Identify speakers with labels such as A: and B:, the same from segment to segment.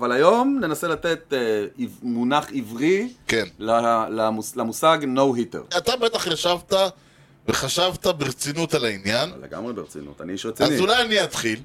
A: אבל היום ננסה לתת אה, מונח עברי למושג no-hitter.
B: כן. אתה בטח ישבת וחשבת ברצינות על העניין.
A: לגמרי ברצינות, אני איש רציני.
B: אז אולי אני אתחיל.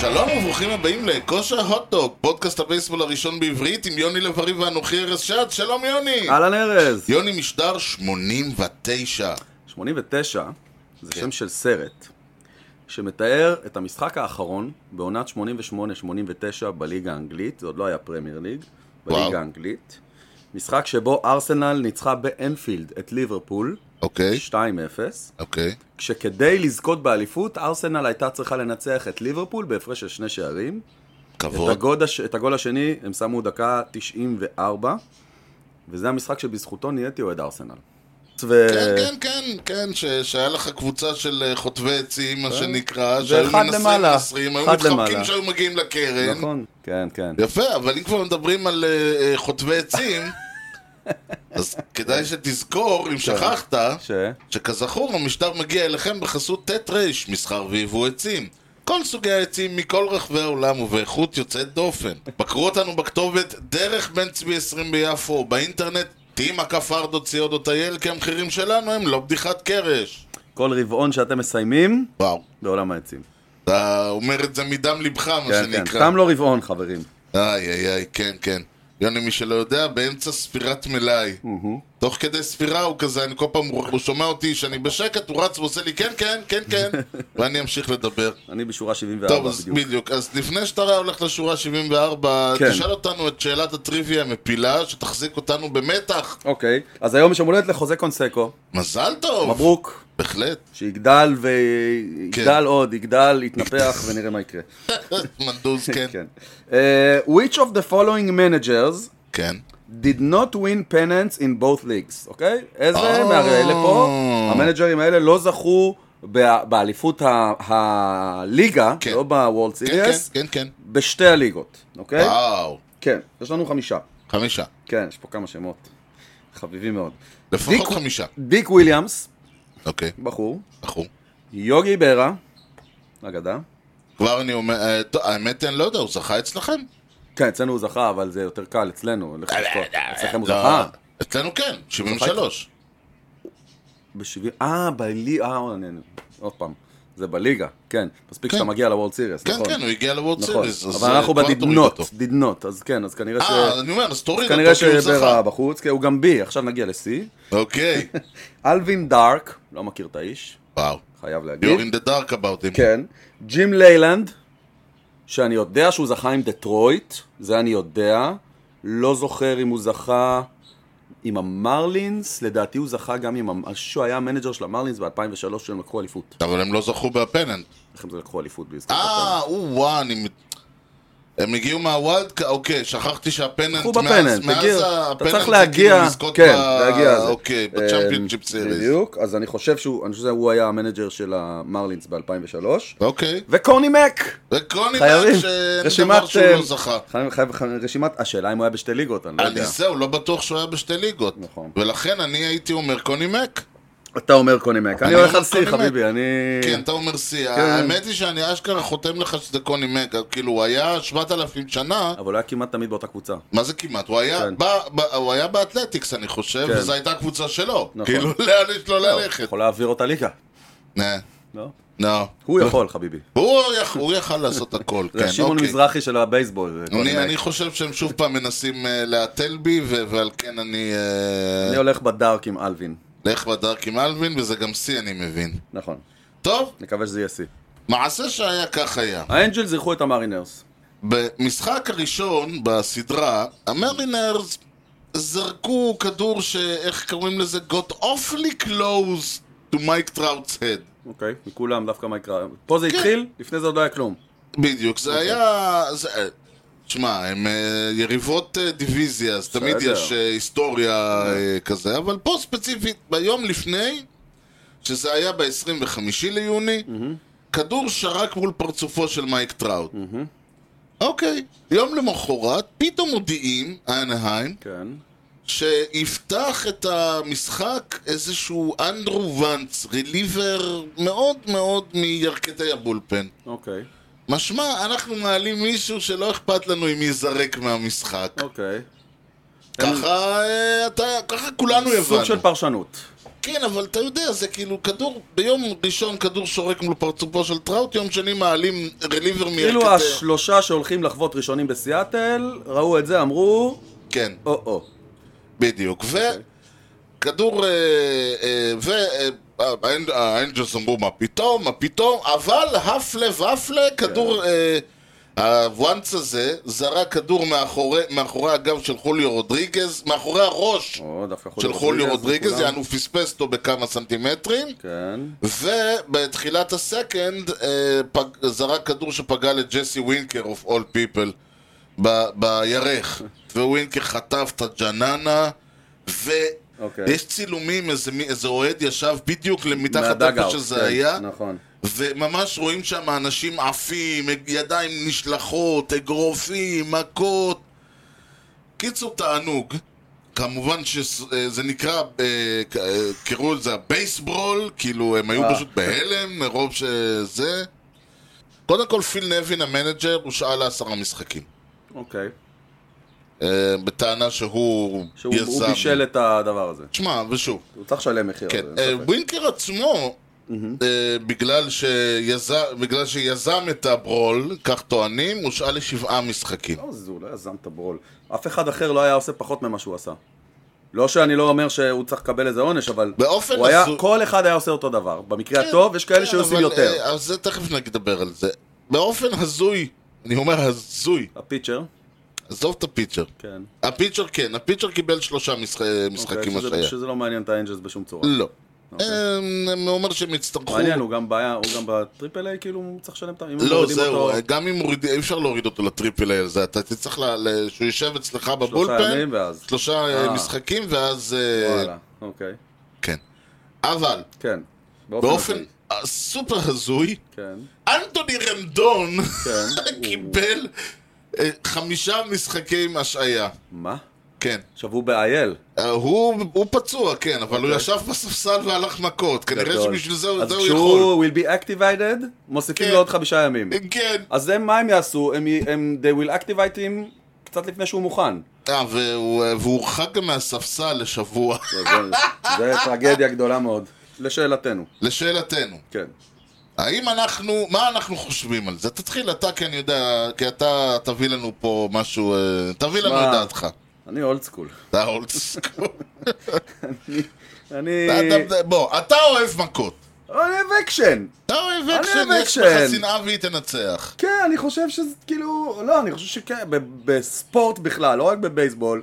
B: שלום וברוכים הבאים לכושר הוטדוג, פודקאסט הבייסבול הראשון בעברית עם יוני לב-ארי ואנוכי ארז שעד, שלום יוני!
A: אהלן ארז!
B: יוני משדר 89.
A: 89 זה
B: כן.
A: שם של סרט שמתאר את המשחק האחרון בעונת 88-89 בליגה האנגלית, זה עוד לא היה פרמייר ליג,
B: וואו.
A: בליגה האנגלית. משחק שבו ארסנל ניצחה באנפילד את ליברפול,
B: אוקיי,
A: 2-0,
B: אוקיי.
A: כשכדי לזכות באליפות, ארסנל הייתה צריכה לנצח את ליברפול בהפרש של שני שערים. את
B: כבוד.
A: הגוד הש... את הגול השני הם שמו דקה 94, וזה המשחק שבזכותו נהייתי אוהד ארסנל. ו...
B: כן, כן, כן, כן, ש- שהיה לך קבוצה של אה, חוטבי עצים, מה שנקרא,
A: זה
B: שהיו
A: אחד
B: מנסים
A: למעלה,
B: מנסים, היו
A: אחד
B: מתחבקים
A: למעלה.
B: שהיו מגיעים לקרן.
A: נכון, כן, כן.
B: יפה, אבל אם כבר מדברים על אה, אה, חוטבי עצים, אז כדאי שתזכור, אם שכחת,
A: ש...
B: שכזכור המשדר מגיע אליכם בחסות ט' ר' מסחר ויבוא עצים. כל סוגי העצים מכל רחבי העולם ובאיכות יוצאת דופן. בקרו אותנו בכתובת דרך בן צבי 20 ביפו, או באינטרנט tima.co.il כי המחירים שלנו הם לא בדיחת קרש.
A: כל רבעון שאתם מסיימים,
B: וואו,
A: בעולם העצים.
B: אתה אומר את זה מדם ליבך, מה
A: כן, כן.
B: שנקרא.
A: תם לא רבעון, חברים.
B: איי, איי, איי, כן, כן. יוני, מי שלא יודע, באמצע ספירת מלאי. תוך כדי ספירה הוא כזה, אני כל פעם, הוא הוא שומע אותי שאני בשקט, הוא רץ ועושה לי כן, כן, כן, כן, ואני אמשיך לדבר.
A: אני בשורה 74
B: טוב, אז
A: אה, בדיוק.
B: בדיוק. אז לפני שאתה הולך לשורה 74,
A: כן.
B: תשאל אותנו את שאלת הטריוויה המפילה, שתחזיק אותנו במתח.
A: אוקיי, אז היום יש יום הולדת לחוזה קונסקו,
B: מזל טוב!
A: מברוק,
B: בהחלט.
A: שיגדל ויגדל
B: כן.
A: עוד, יגדל, יתנפח ונראה מה יקרה.
B: מנדוז, כן.
A: כן. אה, which of the following managers
B: כן.
A: did not win pennants in both leagues, אוקיי? איזה
B: אה.
A: מהאלה פה, המנג'רים האלה לא זכו בא- באליפות ה- הליגה,
B: כן.
A: לא בוולד
B: כן,
A: סיריאס,
B: כן, כן, אה. כן.
A: בשתי הליגות, אוקיי?
B: וואו.
A: כן, יש לנו חמישה.
B: חמישה.
A: כן, יש פה כמה שמות. חביבים מאוד.
B: לפחות
A: דיק-
B: חמישה.
A: דיק וויליאמס,
B: אוקיי,
A: בחור,
B: בחור.
A: יוגי ברה, אגדה.
B: כבר אני אומר, אה, טוב, האמת אני לא יודע, הוא זכה אצלכם?
A: כן, אצלנו הוא זכה, אבל זה יותר קל, אצלנו. לך תזכור. אצלכם הוא
B: לא,
A: זכה.
B: אצלנו כן, 73.
A: בשבעים... אה, בליגה, אה, אני- אני- עוד פעם. זה בליגה, כן. מספיק
B: כן.
A: שאתה מגיע לוולד סיריוס,
B: כן,
A: נכון.
B: כן, הוא הגיע לוורד
A: נכון,
B: סיריס. אז,
A: אבל
B: אה,
A: אנחנו
B: כבר
A: בדיד
B: תוריד
A: נוט,
B: אותו.
A: דיד נוט, אז כן, אז כנראה ש...
B: אה, אני כאילו אומר, אז תוריד
A: כנראה
B: אותו, כי הוא
A: שברה
B: זכה.
A: בחוץ, כי הוא גם בי, עכשיו נגיע לשיא.
B: אוקיי,
A: אלווין דארק, לא מכיר את האיש,
B: וואו.
A: חייב להגיד.
B: You're in the dark about him.
A: כן. ג'ים ליילנד, שאני יודע שהוא זכה עם דטרויט, זה אני יודע. לא זוכר אם הוא זכה עם המרלינס, לדעתי הוא זכה גם עם... המ- שהוא היה המנג'ר של המרלינס ב-2003 שהם לקחו אליפות.
B: אבל הם לא זכו בפננט.
A: איך הם זה לקחו אליפות בעסקת הפנדל?
B: אה, או-אה, אני... מת- הם הגיעו מהוולד, ק- אוקיי, שכחתי שהפננט,
A: לקחו
B: מאז-
A: בפננט,
B: מאז
A: תגיע, אתה
B: הפננט
A: צריך
B: זה
A: להגיע,
B: כאילו לזכות
A: כן,
B: ב-
A: להגיע, זה.
B: אוקיי,
A: אה,
B: בצ'מפיונצ'יפ סיריס.
A: בדיוק, אז אני חושב שהוא, אני חושב שהוא היה המנג'ר של המרלינס ב-2003,
B: אוקיי,
A: וקוני מק!
B: וקוני
A: חייבים,
B: מאק, שאין
A: רשימת,
B: דבר שהוא
A: אה,
B: לא זכה.
A: חייב, חייב, חייב, רשימת, השאלה אם הוא היה בשתי ליגות, אני לא
B: אני
A: יודע.
B: זהו, לא בטוח שהוא היה בשתי ליגות.
A: נכון.
B: ולכן אני הייתי אומר קוני מק.
A: אתה אומר קוני מק, אני
B: אני
A: הולך
B: אומר
A: על שיא
B: קוני מק.
A: חביבי, אני...
B: כן, אתה אומר שיא. האמת היא שאני אשכרה חותם לך שזה קוני מק. כאילו, הוא היה 7,000 שנה,
A: אבל הוא היה כמעט תמיד באותה קבוצה.
B: מה זה כמעט? הוא היה
A: כן.
B: ב- ב- הוא היה באתלטיקס, אני חושב,
A: כן.
B: וזו הייתה הקבוצה שלו.
A: נכון.
B: כאילו, לאן יש לו ללכת?
A: יכול להעביר אותה ליגה.
B: נה,
A: לא?
B: לא.
A: הוא יכול, חביבי.
B: הוא יכ- הוא יכל לעשות הכל,
A: זה
B: כן,
A: שמעון
B: אוקיי.
A: מזרחי של הבייסבול. זה קוני
B: אני,
A: מק.
B: אני חושב שהם שוב פעם מנסים אה, להתל בי, ו- ועל כן אני אה,
A: אני הולך בדארק עם אלווין.
B: לך בדרק עם אלווין, וזה גם שיא, אני מבין.
A: נכון.
B: טוב,
A: נקווה שזה יהיה שיא.
B: מעשה שהיה כך היה.
A: האנג'לס אירחו את המרינרס.
B: במשחק הראשון בסדרה, המרינרס זרקו כדור שאיך קוראים לזה? got awfully close to Mike Trout's head.
A: אוקיי, מכולם, דווקא מה יקרה. פה
B: כן.
A: זה התחיל, לפני זה עוד לא היה כלום.
B: בדיוק, זה היה... זה... אה, תשמע, הם אה, יריבות אה, דיוויזיה, אז תמיד
A: בסדר.
B: יש אה, היסטוריה אה, כזה, אבל פה ספציפית, ביום לפני, שזה היה ב-25 ליוני, כדור שרק מול פרצופו של מייק טראוט. אוקיי. יום למחרת, פתאום מודיעים, אנהיים,
A: כן.
B: שיפתח את המשחק איזשהו אנדרו ואנץ, ריליבר מאוד מאוד מירכתי הבולפן.
A: אוקיי.
B: משמע, אנחנו מעלים מישהו שלא אכפת לנו אם ייזרק מהמשחק.
A: אוקיי.
B: ככה, אה, אתה, ככה כולנו
A: כן.
B: הבנו.
A: סוג של פרשנות.
B: כן, אבל אתה יודע, זה כאילו כדור, ביום ראשון כדור שורק מול פרצופו של טראוט, יום שני מעלים רליבר מירכתי...
A: כאילו השלושה שהולכים לחוות ראשונים בסיאטל, ראו את זה, אמרו,
B: כן.
A: או-או.
B: בדיוק,
A: אוקיי.
B: וכדור, אה, והאנג'לס אה, אמרו מה פתאום, מה פתאום, אבל הפלה ופלה, כדור,
A: כן.
B: אה, הוואנס הזה, זרק כדור מאחורי מאחורי הגב של חוליו רודריגז, מאחורי הראש
A: או, דווקא חוליו
B: של חוליו רודריגז,
A: וכולם.
B: יענו פספס אותו בכמה סנטימטרים,
A: כן.
B: ובתחילת הסקנד אה, פג- זרק כדור שפגע לג'סי ווינקר, of all people, ב- בירך. וווינקר חטף את הג'ננה,
A: אוקיי.
B: ויש צילומים, איזה, מי- איזה אוהד ישב בדיוק מתחת איפה
A: מהדאגאוט,
B: שזה
A: כן,
B: היה,
A: נכון.
B: וממש רואים שם אנשים עפים, ידיים נשלחות, אגרופים, מכות. קיצור, תענוג. כמובן שזה נקרא, אה, כ- אה, קראו לזה הבייסברול, כאילו הם היו
A: אה.
B: פשוט בהלם מרוב שזה. קודם כל, פיל נבין המנג'ר הושעה לעשרה משחקים.
A: אוקיי.
B: אה, בטענה שהוא
A: שהוא
B: יזם.
A: הוא בישל את הדבר הזה.
B: תשמע, ושוב,
A: הוא צריך לשלם מחיר.
B: כן,
A: על
B: אה,
A: זה, אין ספק.
B: ווינקר עצמו, אה, בגלל שיזם- בגלל שיזם את הברול, כך טוענים, הושעה לשבעה משחקים.
A: לא, זה הוא לא יזם את הברול. אף אחד אחר לא היה עושה פחות ממה שהוא עשה. לא שאני לא אומר שהוא צריך לקבל איזה עונש, אבל
B: באופן
A: הוא היה,
B: הזוי-
A: כל אחד היה עושה אותו דבר. במקרה
B: כן,
A: הטוב, יש כאלה
B: כן,
A: שהיו עושים
B: אבל,
A: יותר.
B: אה, אז זה תכף נדבר על זה. באופן הזוי, אני אומר הזוי,
A: הפיצ'ר,
B: עזוב את הפיצ'ר.
A: כן.
B: הפיצ'ר כן, הפיצ'ר קיבל שלושה משח- אה, משחקים
A: אוקיי, שזה-
B: השעיה.
A: שזה לא מעניין את האנג'לס בשום צורה.
B: לא. אה, הוא אומר שהם יצטרכו...
A: מעניין, הוא גם בעיה, הוא גם בטריפל איי, כאילו, הוא צריך לשלם את ה... אם
B: לא,
A: מורידים
B: זהו,
A: אותו
B: גם אם מורידים, אי אפשר להוריד אותו לטריפל איי על זה, אתה תצטרך ל- ל- שהוא יישב אצלך
A: שלושה
B: בבולפן,
A: ימים ואז.
B: שלושה אה,
A: אה.
B: משחקים, ואז... אה,
A: וואלה, אוקיי.
B: כן. אבל,
A: כן.
B: באופן
A: הזוי.
B: סופר הזוי,
A: כן,
B: אנטוני רמדון
A: כן.
B: קיבל אה, חמישה משחקי עם השעיה.
A: מה?
B: כן.
A: עכשיו הוא באייל.
B: אה, הוא הוא פצוע, כן, אבל הוא
A: אוקיי.
B: ישב בספסל והלך מכות. כנראה
A: גדול.
B: שבשביל זה הוא
A: אז
B: זה הוא יכול.
A: כשהוא will be activated, מוסיפים
B: כן.
A: לו עוד חמישה ימים.
B: כן.
A: אז הם, מה הם יעשו? הם, י- הם, they will activate him קצת לפני שהוא מוכן.
B: אה, והוא אה, והוא הורחק גם מהספסל לשבוע.
A: זה, זה טרגדיה גדולה מאוד. לשאלתנו,
B: לשאלתנו.
A: כן.
B: האם אנחנו, מה אנחנו חושבים על זה? תתחיל אתה, כי אני יודע, כי אתה תביא לנו פה משהו, אה, תביא לנו
A: שמע.
B: את דעתך.
A: אני אולד סקול.
B: אתה אולד סקול.
A: אני...
B: אתה- בוא, אתה אוהב מכות.
A: אני אוהב אקשן.
B: אתה אוהב
A: אני
B: אקשן,
A: אוהב
B: יש לך
A: אקשן.
B: שנאה והיא תנצח.
A: כן, אני חושב שזה כאילו... לא, אני חושב שכן, ב- בספורט בכלל, לא רק בבייסבול.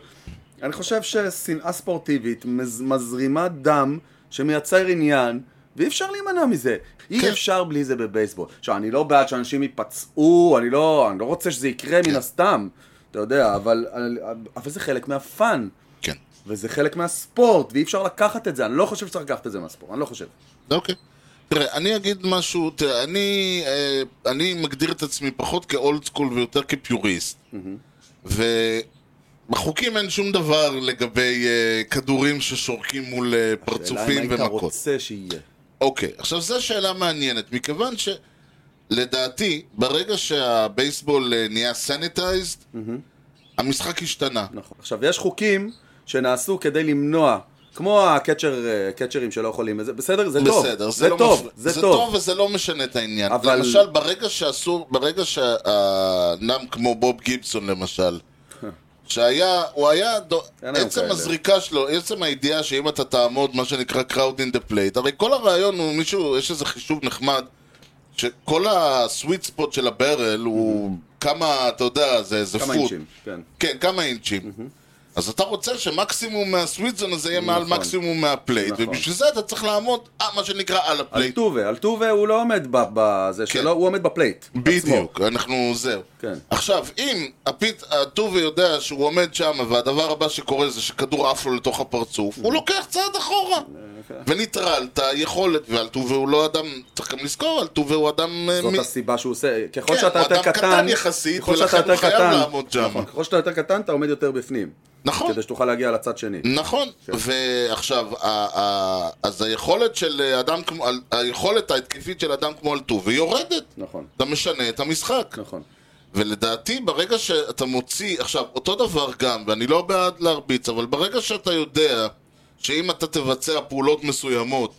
A: אני חושב ששנאה ספורטיבית מז- מזרימה דם שמייצר עניין, ואי אפשר להימנע מזה.
B: כן.
A: אי אפשר בלי זה בבייסבול. עכשיו, אני לא בעד שאנשים ייפצעו, אני לא, אני לא רוצה שזה יקרה
B: כן.
A: מן הסתם, אתה יודע, אבל, אבל, אבל זה חלק מהפאן,
B: כן.
A: וזה חלק מהספורט, ואי אפשר לקחת את זה, אני לא חושב שצריך לקחת את זה מהספורט, אני לא חושב.
B: אוקיי. תראה, אני אגיד משהו, תראה, אני, אה, אני מגדיר את עצמי פחות כאולד סקול ויותר כפיוריסט. ובחוקים אין שום דבר לגבי אה, כדורים ששורקים מול אה, פרצופים
A: אלא אם היית
B: ומכות.
A: רוצה שיהיה.
B: אוקיי, עכשיו זו שאלה מעניינת, מכיוון שלדעתי, ברגע שהבייסבול אה, נהיה סניטייזד, המשחק השתנה.
A: נכון. עכשיו, יש חוקים שנעשו כדי למנוע, כמו הקצ'ר, אה, קצ'רים שלא יכולים, וזה- בסדר? זה טוב.
B: בסדר,
A: זה
B: לא
A: טוב,
B: מפר-
A: זה
B: זה
A: טוב.
B: וזה לא משנה את העניין. אבל...
A: אבל-
B: למשל, ברגע שאסור, ברגע שהאדם כמו בוב גיבסון למשל, שהיה, הוא היה, דו,
A: אין היום
B: עצם
A: כאלה.
B: הזריקה שלו, עצם הידיעה שאם אתה תעמוד, מה שנקרא crowd in the plate, הרי כל הרעיון הוא מישהו, יש איזה חישוב נחמד, שכל הסוויט ספוט של הברל הוא כמה, אתה יודע, זה איזה
A: Mm-hmm. כמה
B: פוט.
A: אינצ'ים, כן.
B: כן, כמה אינצ'ים. אז אתה רוצה שמקסימום מהסוויט זון הזה יהיה מעל
A: נכון.
B: מקסימום מהפלייט,
A: נכון.
B: ובשביל זה אתה צריך לעמוד, אה, מה שנקרא, על
A: על
B: הפלייט.
A: טובה, על טובה הוא לא עומד ב- בזה שלו, הוא עומד בפלייט. עצמו.
B: כן. בדיוק, אנחנו זהו.
A: כן.
B: עכשיו, אם הפית- הטובי יודע
A: אה,
B: שהוא עומד שם, והדבר הבא שקורה זה שכדור עף לו לתוך הפרצוף, הוא לוקח צעד אחורה.
A: כן.
B: ונטרלת יכולת, ואלטובה הוא לא אדם, צריך גם לזכור, אלטובה הוא אדם... אה,
A: זאת
B: מ-
A: הסיבה שהוא עושה, ככל
B: כן,
A: שאתה
B: הוא
A: יותר
B: אדם
A: קטן,
B: קטן יחסית,
A: ככל שאתה
B: ולכן
A: יותר
B: הוא חייב
A: קטן-
B: לעמוד שם.
A: נכון, ככל שאתה יותר קטן, אתה עומד יותר בפנים,
B: נכון.
A: כדי שתוכל להגיע לצד שני.
B: נכון, ועכשיו, ה- ה- אז היכולת של אדם כמו, היכולת ההתקפית של אדם כמו אלטובי יורדת.
A: נכון,
B: אתה משנה את המשחק.
A: נכון.
B: ולדעתי, ברגע שאתה מוציא, עכשיו, אותו דבר גם, ואני לא בעד להרביץ, אבל ברגע שאתה יודע שאם אתה תבצע פעולות מסוימות,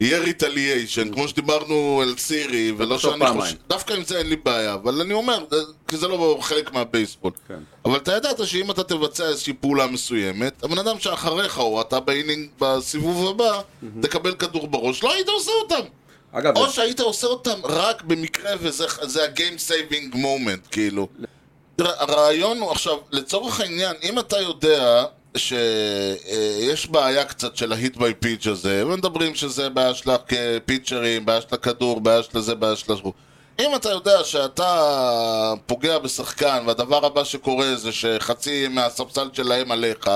B: יהיה ריטליישן, כמו שדיברנו על סירי, ולא
A: תחשוב
B: שאני
A: פעמיים.
B: חושב... דווקא עם זה אין לי בעיה, אבל אני אומר, זה- כי זה לא חלק מהבייסבול.
A: כן.
B: אבל אתה ידעת שאם אתה תבצע איזושהי פעולה מסוימת, הבן אדם שאחריך, או אתה באינינג בסיבוב הבא, תקבל כדור בראש, לא היית עושה אותם.
A: אגב,
B: או שהיית עושה אותם רק במקרה וזה זה ה-game saving moment, כאילו. תראה, הרעיון הוא עכשיו, לצורך העניין, אם אתה יודע שיש בעיה קצת של ההיט ביי פיץ' הזה, ומדברים שזה בעיה של הפיצ'רים, בעיה של הכדור, בעיה של זה, בעיה של השבוע. אם אתה יודע שאתה פוגע בשחקן, והדבר הבא שקורה זה שחצי מהספסל שלהם עליך,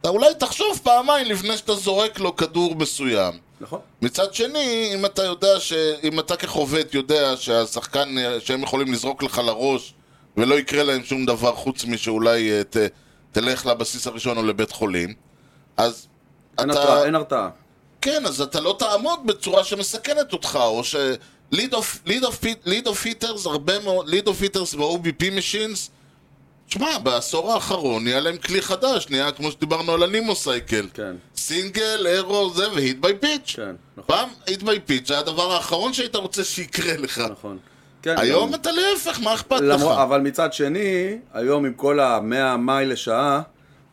B: אתה אולי תחשוב פעמיים לפני שאתה זורק לו כדור מסוים.
A: נכון,
B: מצד שני, אם אתה יודע ש... אם אתה כחובט יודע שהשחקן, אה, שהם יכולים לזרוק לך לראש ולא יקרה להם שום דבר חוץ משאולי אה, ת... תלך לבסיס הראשון או לבית חולים, אז
A: אין
B: אתה...
A: הרתעה, אין הרתעה.
B: כן, אז אתה לא תעמוד בצורה שמסכנת אותך, או ש... ליד אוף היטרס, הרבה מאוד, ליד אוף היטרס וה-OBP משינס, שמע, בעשור האחרון נהיה להם כלי חדש, נהיה כמו שדיברנו על הנימו סייקל.
A: כן,
B: סינגל, אירו, זה, והיט ביי פיץ'.
A: כן, נכון,
B: פעם היט ביי פיץ' זה הדבר האחרון שהיית רוצה שיקרה לך.
A: נכון. כן, גם-
B: היום אתה להפך, מה אכפת לך?
A: למרות, אבל מצד שני, היום עם כל המאה מייל לשעה,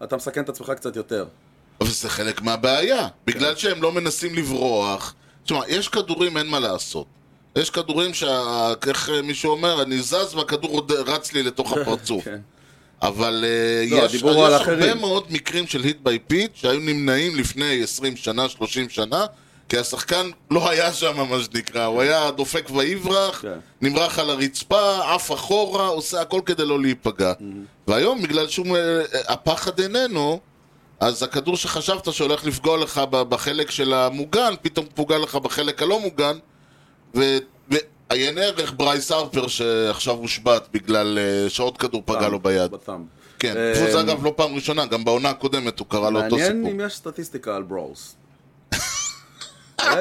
A: אתה מסכן את עצמך קצת יותר.
B: אבל זה חלק מהבעיה. בגלל שהם לא מנסים לברוח. תשמע, יש כדורים, אין מה לעשות. יש כדורים שה... איך אה, מישהו אומר, אני זז והכדור עוד רץ לי לתוך הפרצוף.
A: כן.
B: אבל אה,
A: לא,
B: יש, יש
A: הדיבור הוא על
B: הרבה
A: אחרים.
B: מאוד מקרים של היט ביי פיט שהיו נמנעים לפני 20 שנה, 30 שנה, כי השחקן לא היה שם, מה שנקרא, הוא היה דופק ויברח,
A: כן.
B: נמרח על הרצפה, עף אחורה, עושה הכל כדי לא להיפגע. והיום, בגלל שום... אה, הפחד איננו, אז הכדור שחשבת שהולך לפגוע לך ב- בחלק של המוגן, פתאום פוגע לך בחלק הלא מוגן, ו- ועיין ערך ברייס הרפר שעכשיו הושבת בגלל אה, שעוד כדור פגע לו ביד.
A: בטעם.
B: כן,
A: אה,
B: פשוט זה אגב לא פעם ראשונה, גם בעונה הקודמת הוא קרא לאותו
A: מעניין
B: סיפור.
A: אם יש סטטיסטיקה על ברולס.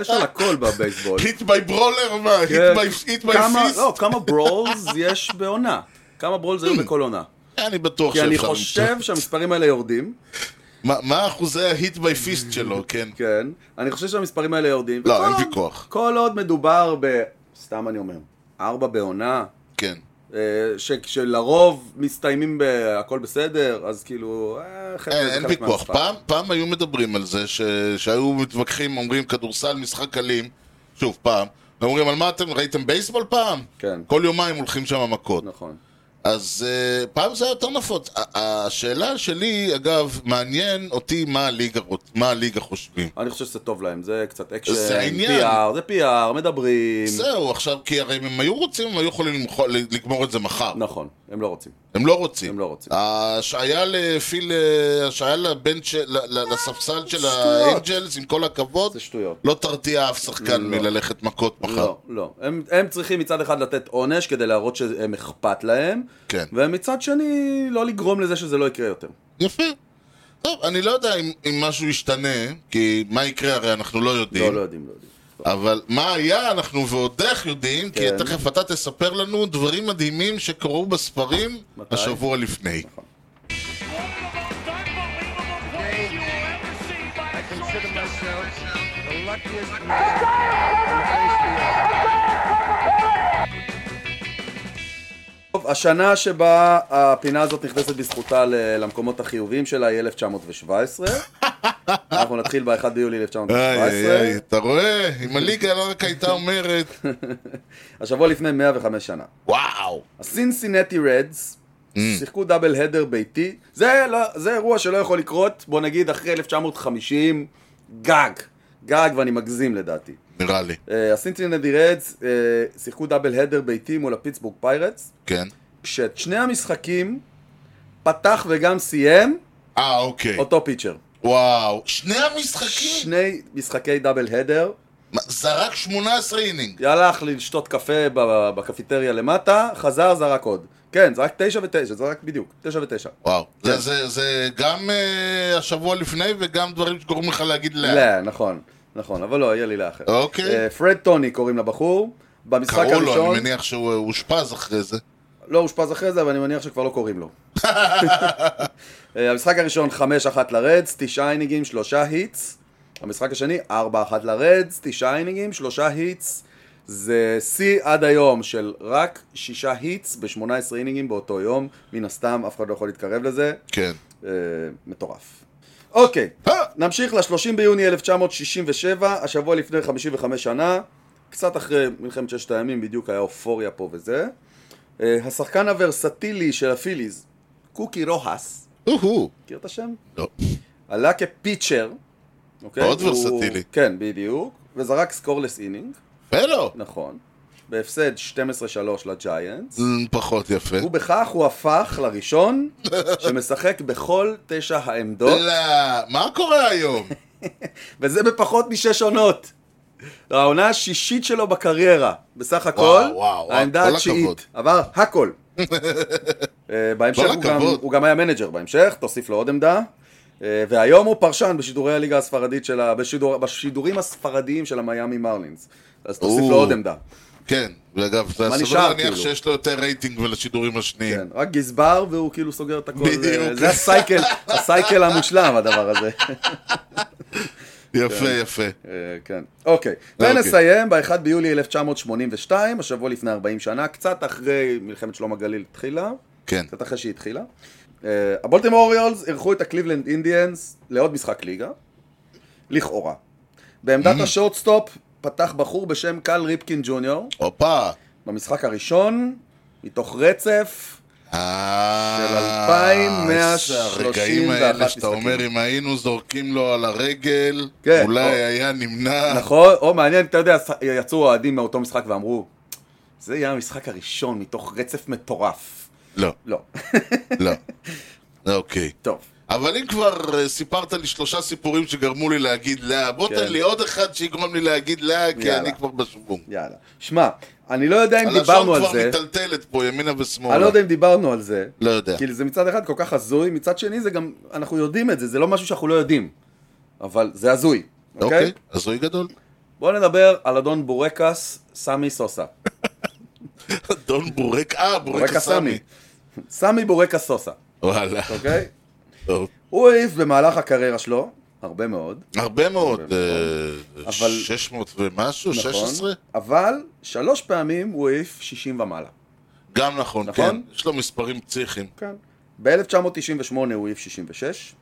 A: יש על הכל בבייסבול.
B: היט ביי ברולר, מה?
A: כן.
B: היט ביי
A: כמה-
B: פיסט?
A: לא, כמה ברולס יש בעונה. כמה ברולס היו בכל עונה.
B: אני בטוח
A: כי אני
B: שאפשר למצוא.
A: חושב שהמספרים האלה יורדים,
B: מה- מה אחוזי ההיט ביי פיסט שלו, כן.
A: כן. אני חושב שהמספרים האלה יורדים.
B: לא,
A: וכל
B: אין
A: עוד-
B: ויכוח.
A: כל עוד מדובר ב... סתם אני אומר. ארבע בעונה,
B: כן.
A: אה, ש- שלרוב מסתיימים בהכל בסדר, אז כאילו, אה, חבר'ה,
B: אין
A: זה
B: אין
A: חלק
B: ויכוח.
A: מהמשחק.
B: פעם- פעם היו מדברים על זה, ש- שהיו מתווכחים, אומרים כדורסל, משחק אלים, שוב, פעם. אומרים, על מה אתם, ראיתם בייסבול פעם?
A: כן.
B: כל יומיים הולכים שם מכות.
A: נכון.
B: אז אה, פעם זה היה יותר נפוץ. ה- השאלה שלי, אגב, מעניין אותי מה הליגה רוצ- מה הליגה חושבים.
A: אני חושב שזה טוב להם, זה קצת אקשן,
B: זה העניין.
A: PR, זה PR, מדברים.
B: זהו, עכשיו, כי הרי אם הם היו רוצים, הם היו יכולים למחו- לגמור את זה מחר.
A: נכון, הם לא רוצים.
B: הם לא רוצים.
A: הם לא רוצים.
B: ההשעיה לפיל, אה, השעיה לבן של- ל- ל- לספסל של
A: שטויות.
B: האנג'לס, עם כל הכבוד,
A: זה שטויות.
B: לא תרתיע אף שחקן מללכת מכות מחר.
A: לא, לא. הם, הם צריכים מצד אחד לתת עונש כדי להראות שהם אכפת להם,
B: כן.
A: ומצד שני לא לגרום לזה שזה לא יקרה יותר.
B: יפה. טוב, אני לא יודע אם אם משהו ישתנה, כי מה יקרה הרי אנחנו לא
A: לא,
B: יודעים.
A: לא יודעים, לא יודעים.
B: אבל מה היה, אנחנו ועוד איך יודעים, כי
A: כן.
B: תכף אתה תספר לנו דברים מדהימים שקרו בספרים
A: מתי?
B: השבוע לפני.
C: One of the most unbelievable plays you will ever see by a
D: consider
C: shortstop.
D: myself the luckiest man in the face of the earth.
A: טוב, השנה שבה הפינה הזאת נכנסת בזכותה ל- למקומות החיוביים שלה היא 1917. אנחנו נתחיל ב-1 ביולי
B: איי, איי, איי,
A: 1917,
B: אתה רואה? אם הליגה לא רק הייתה אומרת,
A: השבוע לפני 105 שנה.
B: וואו.
A: הסינסינטי רדס
B: Mm.
A: שיחקו דאבל הדר ביתי. זה, לא, זה אירוע שלא יכול לקרות, בוא נגיד, אחרי 1950, גג. גג, ואני מגזים לדעתי.
B: נראה לי,
A: אה, הסינסינטי רדס אה, שיחקו דאבל הדר ביתי מול הפיטסבורג פיירטס,
B: כן.
A: כשאת שני המשחקים פתח וגם סיים
B: אה, אוקיי.
A: אותו פיצ'ר.
B: וואו, שני המשחקים?
A: שני משחקי דאבל הדר,
B: מה, זרק 18 אינינג.
A: יאללה, הלך לי לשתות קפה ב- בקפיטריה למטה, חזר, זרק עוד. כן, זרק תשע ותשע, זרק בדיוק, תשע ותשע.
B: וואו, זה,
A: כן.
B: זה, זה גם אה, השבוע לפני וגם דברים שקוראים לך להגיד לאט.
A: לא, נכון, נכון, אבל לא, יהיה לי לאחר.
B: אוקיי.
A: אה, פרד טוני קוראים לבחור, במשחק
B: קראו
A: הראשון...
B: לו, אני מניח שהוא אה, אושפז אחרי זה.
A: לא אושפז אחרי זה, אבל אני מניח שכבר לא קוראים לו. אה, המשחק הראשון, 5-1 לרדס, 9 אינינגים, 3 היטס. המשחק השני, 4-1 לרדס, 9 אינינגים, 3 היטס. זה שיא עד היום של רק 6 היטס ב-18 אינינגים באותו יום. מן הסתם, אף אחד לא יכול להתקרב לזה.
B: כן.
A: אה, מטורף. אוקיי,
B: אה,
A: נמשיך ל-30 ביוני 1967, השבוע לפני 55 שנה, קצת אחרי מלחמת ששת הימים, בדיוק היה אופוריה פה וזה. אה, השחקן הוורסטילי של הפיליז, קוקי רוהס,
B: אוהו.
A: מכיר את השם?
B: לא.
A: עלה כפיצ'ר. אוקיי?
B: מאוד
A: הוא-
B: ורסטילי.
A: כן, בדיוק. וזרק סקורלס אינינג,
B: ולא.
A: נכון. בהפסד 12-3 לג'יינטס.
B: אמ, פחות יפה.
A: ובכך הוא הפך לראשון שמשחק בכל תשע העמדות.
B: לא, מה קורה היום?
A: וזה בפחות משש עונות. העונה השישית שלו בקריירה, בסך הכל,
B: וואו, וואו,
A: העמדה
B: כל
A: התשיעית,
B: הכבוד.
A: עבר הכל. אה, בהמשך
B: כל
A: הוא גם,
B: הכבוד.
A: הוא גם היה מנג'ר בהמשך, תוסיף לו עוד עמדה. אה, והיום הוא פרשן בשידורי הליגה הספרדית של ה... בשידור... בשידורים הספרדיים של המיאמי מרלינס. אז תוסיף לו
B: או.
A: עוד עמדה.
B: כן, ואגב, זה
A: מה
B: סביר
A: נשאר,
B: להניח
A: כאילו?
B: שיש לו יותר רייטינג ולשידורים השניים.
A: כן, רק גזבר והוא כאילו סוגר את הכל.
B: בדיוק.
A: אה, זה הסייקל, הסייקל המושלם הדבר הזה. כן,
B: יפה, יפה.
A: אה, כן. אוקיי.
B: אוקיי.
A: ונסיים ב-1 ביולי 1982, השבוע לפני 40 שנה, קצת אחרי מלחמת שלום הגליל התחילה,
B: כן.
A: קצת אחרי שהיא התחילה. אה, הבולטימור אוריולס אירחו את הקליבלנד אינדיאנס לעוד משחק ליגה, לכאורה. בעמדת השורטסטופ פתח בחור בשם קל ריפקין ג'וניור,
B: הופה.
A: במשחק הראשון, מתוך רצף,
B: אה,
A: של 2,131
B: איזה הרגעים האלה שאתה
A: משחקים.
B: אומר, אם היינו זורקים לו על הרגל,
A: כן,
B: אולי
A: או-
B: היה נמנע.
A: נכון, או מעניין, אתה יודע, יצאו אוהדים מאותו משחק ואמרו, זה יהיה המשחק הראשון מתוך רצף מטורף.
B: לא,
A: לא.
B: לא. אוקיי.
A: טוב.
B: אבל אם כבר אה, סיפרת לי שלושה סיפורים שגרמו לי להגיד לה, בוא
A: כן.
B: תן לי עוד אחד שיגרום לי להגיד לה, כי
A: יאללה.
B: אני כבר בשוונג.
A: יאללה. שמע, אני לא יודע אם
B: הלשון
A: דיברנו על
B: כבר
A: זה,
B: מיטלטלת פה, ימינה ושמאלה.
A: אני לא יודע כאילו, אם דיברנו על זה,
B: לא יודע.
A: כי זה מצד אחד כל כך הזוי, מצד שני זה גם, אנחנו יודעים את זה, זה לא משהו שאנחנו לא יודעים, אבל זה הזוי, אוקיי?
B: אוקיי, אז הוא גדול.
A: בואו נדבר על אדון בורקס סמי סוסה.
B: אדון בורק, אה, בורק
A: בורקס סמי.
B: הסמי.
A: סמי בורקס סוסה,
B: וואלה.
A: אוקיי?
B: טוב.
A: הוא העיף במהלך הקריירה שלו, הרבה מאוד,
B: הרבה מאוד, אה,
A: אבל-
B: 600 ומשהו,
A: נכון?
B: 16?
A: אבל שלוש פעמים הוא העיף 60 ומעלה.
B: גם נכון, כן.
A: נכון?
B: יש לו מספרים פסיכיים.
A: כן. ב-1998 הוא העיף 66,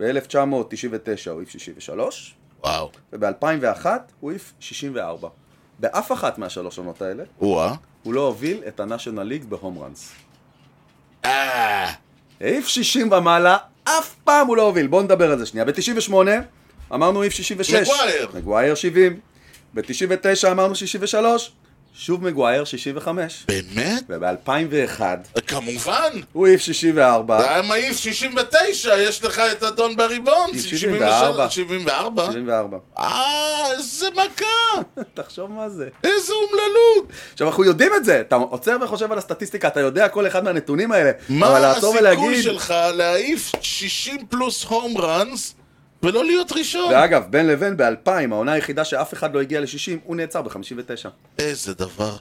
A: ב-1999 הוא העיף 63,
B: וואו.
A: וב-2001 הוא העיף 64. באף אחת מהשלוש עונות האלה
B: או-אה.
A: הוא לא הוביל את ה-National League בהום ראנס.
B: אה,
A: העיף 60 ומעלה, אף פעם הוא לא הוביל. בואו נדבר על זה שנייה. ב-98 אמרנו העיף 66.
B: מגווייר.
A: מגווייר 70. ב-99 אמרנו 63. שוב מגווייר 65.
B: באמת?
A: וב-2001
B: כמובן.
A: הוא העיף 64.
B: זה היה מעיף 69, יש לך את אדון בריבון.
A: 74.
B: 74?
A: 74.
B: אה, איזה מכה!
A: תחשוב מה זה.
B: איזה אומללות!
A: עכשיו, אנחנו יודעים את זה. אתה עוצר וחושב על הסטטיסטיקה, אתה יודע כל אחד מהנתונים האלה. אבל
B: מה
A: לעצור
B: הסיכוי
A: ולהגיד...
B: שלך להעיף 60 פלוס הום ראנס ולא להיות ראשון?
A: ואגב, בין לבין ב-2000, העונה היחידה שאף אחד לא הגיע ל-60, הוא נעצר ב-59.
B: איזה דבר.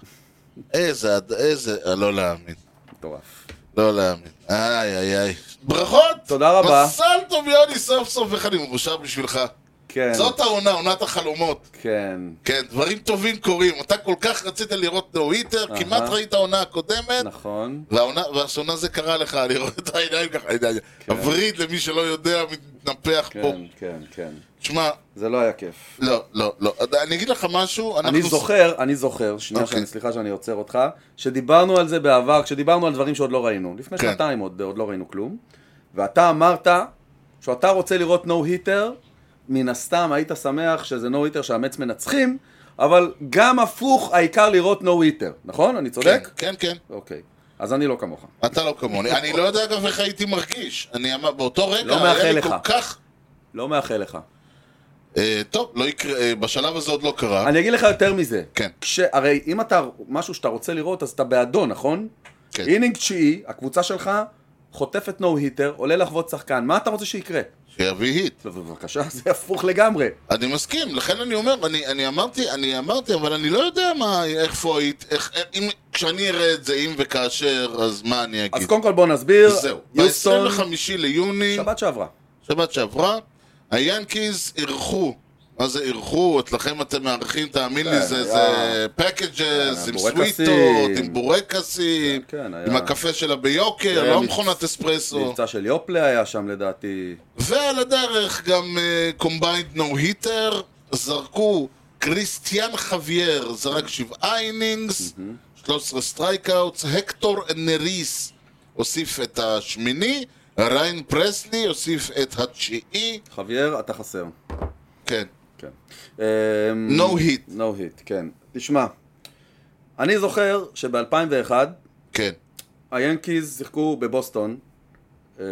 B: איזה, איזה, אה, לא להאמין.
A: מטורף.
B: לא להאמין. איי, איי, איי. ברכות!
A: תודה רבה.
B: מזל טוב, יוני, סוף סוף איך אני מאושר בשבילך.
A: כן,
B: זאת העונה, עונת החלומות.
A: כן.
B: כן, דברים טובים קורים. אתה כל כך רצית לראות נו היטר,
A: אהה.
B: כמעט ראית העונה הקודמת,
A: נכון.
B: והעונה- והשונה זה קרה לך, אני רואה את העיניים ככה, הנה, הנה. הווריד למי שלא יודע, מתנפח פה.
A: כן, כן, כן.
B: שמע,
A: זה לא היה כיף.
B: לא, לא, לא. אני אגיד לך משהו, אנחנו... כן,
A: אני זוכר, אני זוכר, שנייה,
B: אוקיי.
A: שאני- סליחה שאני עוצר אותך, שדיברנו על זה בעבר, כשדיברנו על דברים שעוד לא ראינו. לפני
B: כן.
A: שנתיים עוד עוד לא ראינו כלום. ואתה אמרת שאתה רוצה לראות נו היטר, מן הסתם היית שמח שזה נו היטר שהמץ מנצחים, אבל גם הפוך העיקר לראות נו היטר, נכון? אני
B: כן,
A: צודק?
B: כן, כן.
A: אוקיי. אז אני לא כמוך.
B: אתה לא כמוני. אני לא יודע אגב איך הייתי מרגיש. אני אמר, באותו רגע
A: לא מאחל
B: היה לי
A: לך.
B: כל כך...
A: לא מאחל לך.
B: אה, טוב, לא יקרה, אה, בשלב הזה עוד לא קרה.
A: אני אגיד לך יותר מזה.
B: כן.
A: כש, הרי אם אתה, משהו שאתה רוצה לראות, אז אתה בעדו, נכון?
B: כן.
A: אינינג תשיעי, הקבוצה שלך חוטפת נו היטר, עולה לחוות שחקן, מה אתה רוצה שיקרה?
B: שיביא היט.
A: לא, בבקשה, זה הפוך לגמרי.
B: אני מסכים, לכן אני אומר, אני, אני אמרתי, אני אמרתי, אבל אני לא יודע מה, איפה היית, איך, איך, אם, כשאני אראה את זה, אם וכאשר, אז מה אני אגיד?
A: אז קודם כל בוא נסביר.
B: זהו.
A: יוסטון,
B: ב-25 ליוני,
A: שבת שעברה.
B: שבת שעברה, היאנקיז אירחו. מה זה אירחו? אצלכם אתם מארחים, תאמין לי, זה- זה
A: כן, היה-
B: פקאג'ס, עם
A: בורקסים.
B: סוויטות, עם בורקסים,
A: כן, היה-
B: עם הקפה שלה ביוקר,
A: היה
B: לא
A: מבצ-
B: מכונת אספרסו.
A: מבצע של יופלה היה שם לדעתי.
B: ועל הדרך גם אה, קומביינד נו היטר, זרקו קריסטיאן חוויאר, זרק שבעה אינינגס, 13 סטרייקאוטס, הקטור נריס הוסיף את השמיני, ריין פרסלי הוסיף את התשיעי,
A: חוויאר, אתה חסר.
B: כן,
A: כן. Mm.
B: No hit.
A: נו היט, כן. תשמע, אני זוכר שב-2001
B: כן,
A: היאנקיז שיחקו בבוסטון. אה,